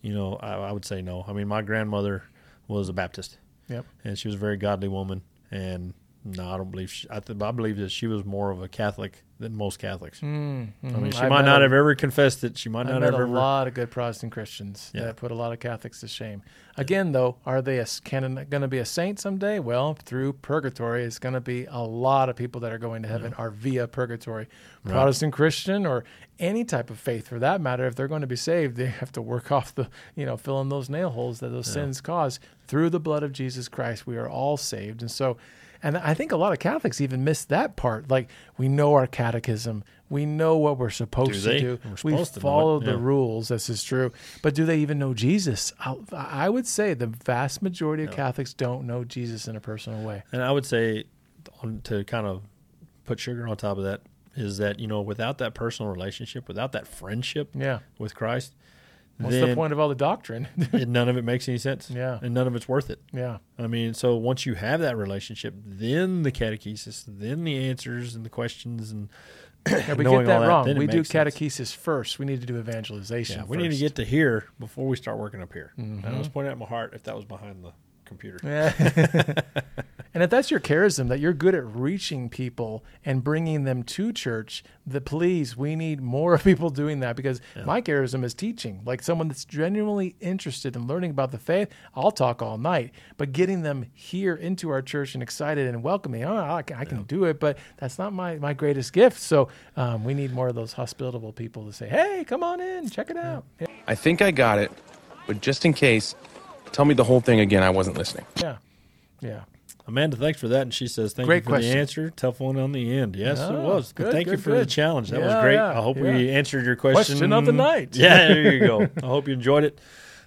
you know, I, I would say no. I mean, my grandmother was a Baptist,
Yep.
and she was a very godly woman. And no, I don't believe. She, I, th- I believe that she was more of a Catholic than most Catholics. I mean, she
Mm, I
might
Mm-hmm. met
not
a-
have ever confessed it. She might
I
not
met
have
a
ever.
lot of good Protestant Christians
Yeah.
that put a lot of Catholics to shame. Again, though, are they a, canon going to be a saint someday? Well, through purgatory, it's going to be a lot of people that are going to heaven are via purgatory. Protestant Christian or any type of faith, for that matter, if they're going to be saved, they have to work off the you know fill in those nail holes that those sins cause. Through the blood of Jesus Christ, we are all saved, and so. And I think a lot of Catholics even miss that part. Like we know our catechism, we know what we're supposed
Do
to
they?
do.
We're
We
supposed to know it,
follow the
yeah.
rules. This is true. But do they even know Jesus? I, I would say the vast majority of Catholics don't know Jesus in a personal way.
And I would say on, to kind of put sugar on top of that is that you know without that personal relationship, without that friendship
Yeah.
with Christ,
What's the
then
point of all the doctrine?
it- none of it makes any sense.
Yeah.
and none of it's worth it.
yeah.
I mean, so once you have that relationship, then the catechesis, then the answers and the questions, and
Yeah, we
knowing
get that
all that,
wrong.
then it
we do
makes sense.
catechesis first. We need to do evangelization.
yeah, we need to
first.
get to here before we start working up here. And I was pointing at my heart if that was behind the computer.
Yeah. and if that's your charism, that you're good at reaching people and bringing them to church, the please, we need more people doing that because my charism is teaching. Like someone that's genuinely interested in learning about the faith, I'll talk all night, but getting them here into our church and excited and welcoming, oh, I can, I can do it, but that's not my, my greatest gift. So um, we need more of those hospitable people to say, hey, come on in, check it out. Yeah.
I think I got it, but just in case, tell me the whole thing again. I wasn't listening.
Yeah. yeah.
Amanda, thanks for that. And she says, Thank
Great
you for
question.
the answer. Tough one on the end. Yes, it
Oh,
was. But
good,
thank you
good,
for the
good.
challenge. That
Yeah,
was great.
yeah,
I hope we
yeah.
answered your question.
Question of the night.
Yeah, there you go. I hope you enjoyed it.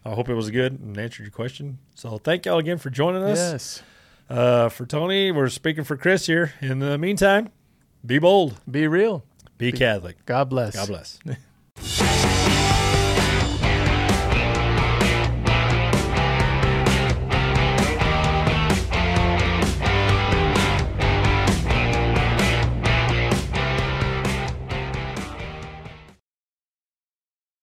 I hope it was good and answered your question. So thank y'all again for joining us.
Yes.
Uh, for Tony, we're speaking for Chris here. In the meantime, be bold,
Be real.
be Catholic.
God bless.
God bless.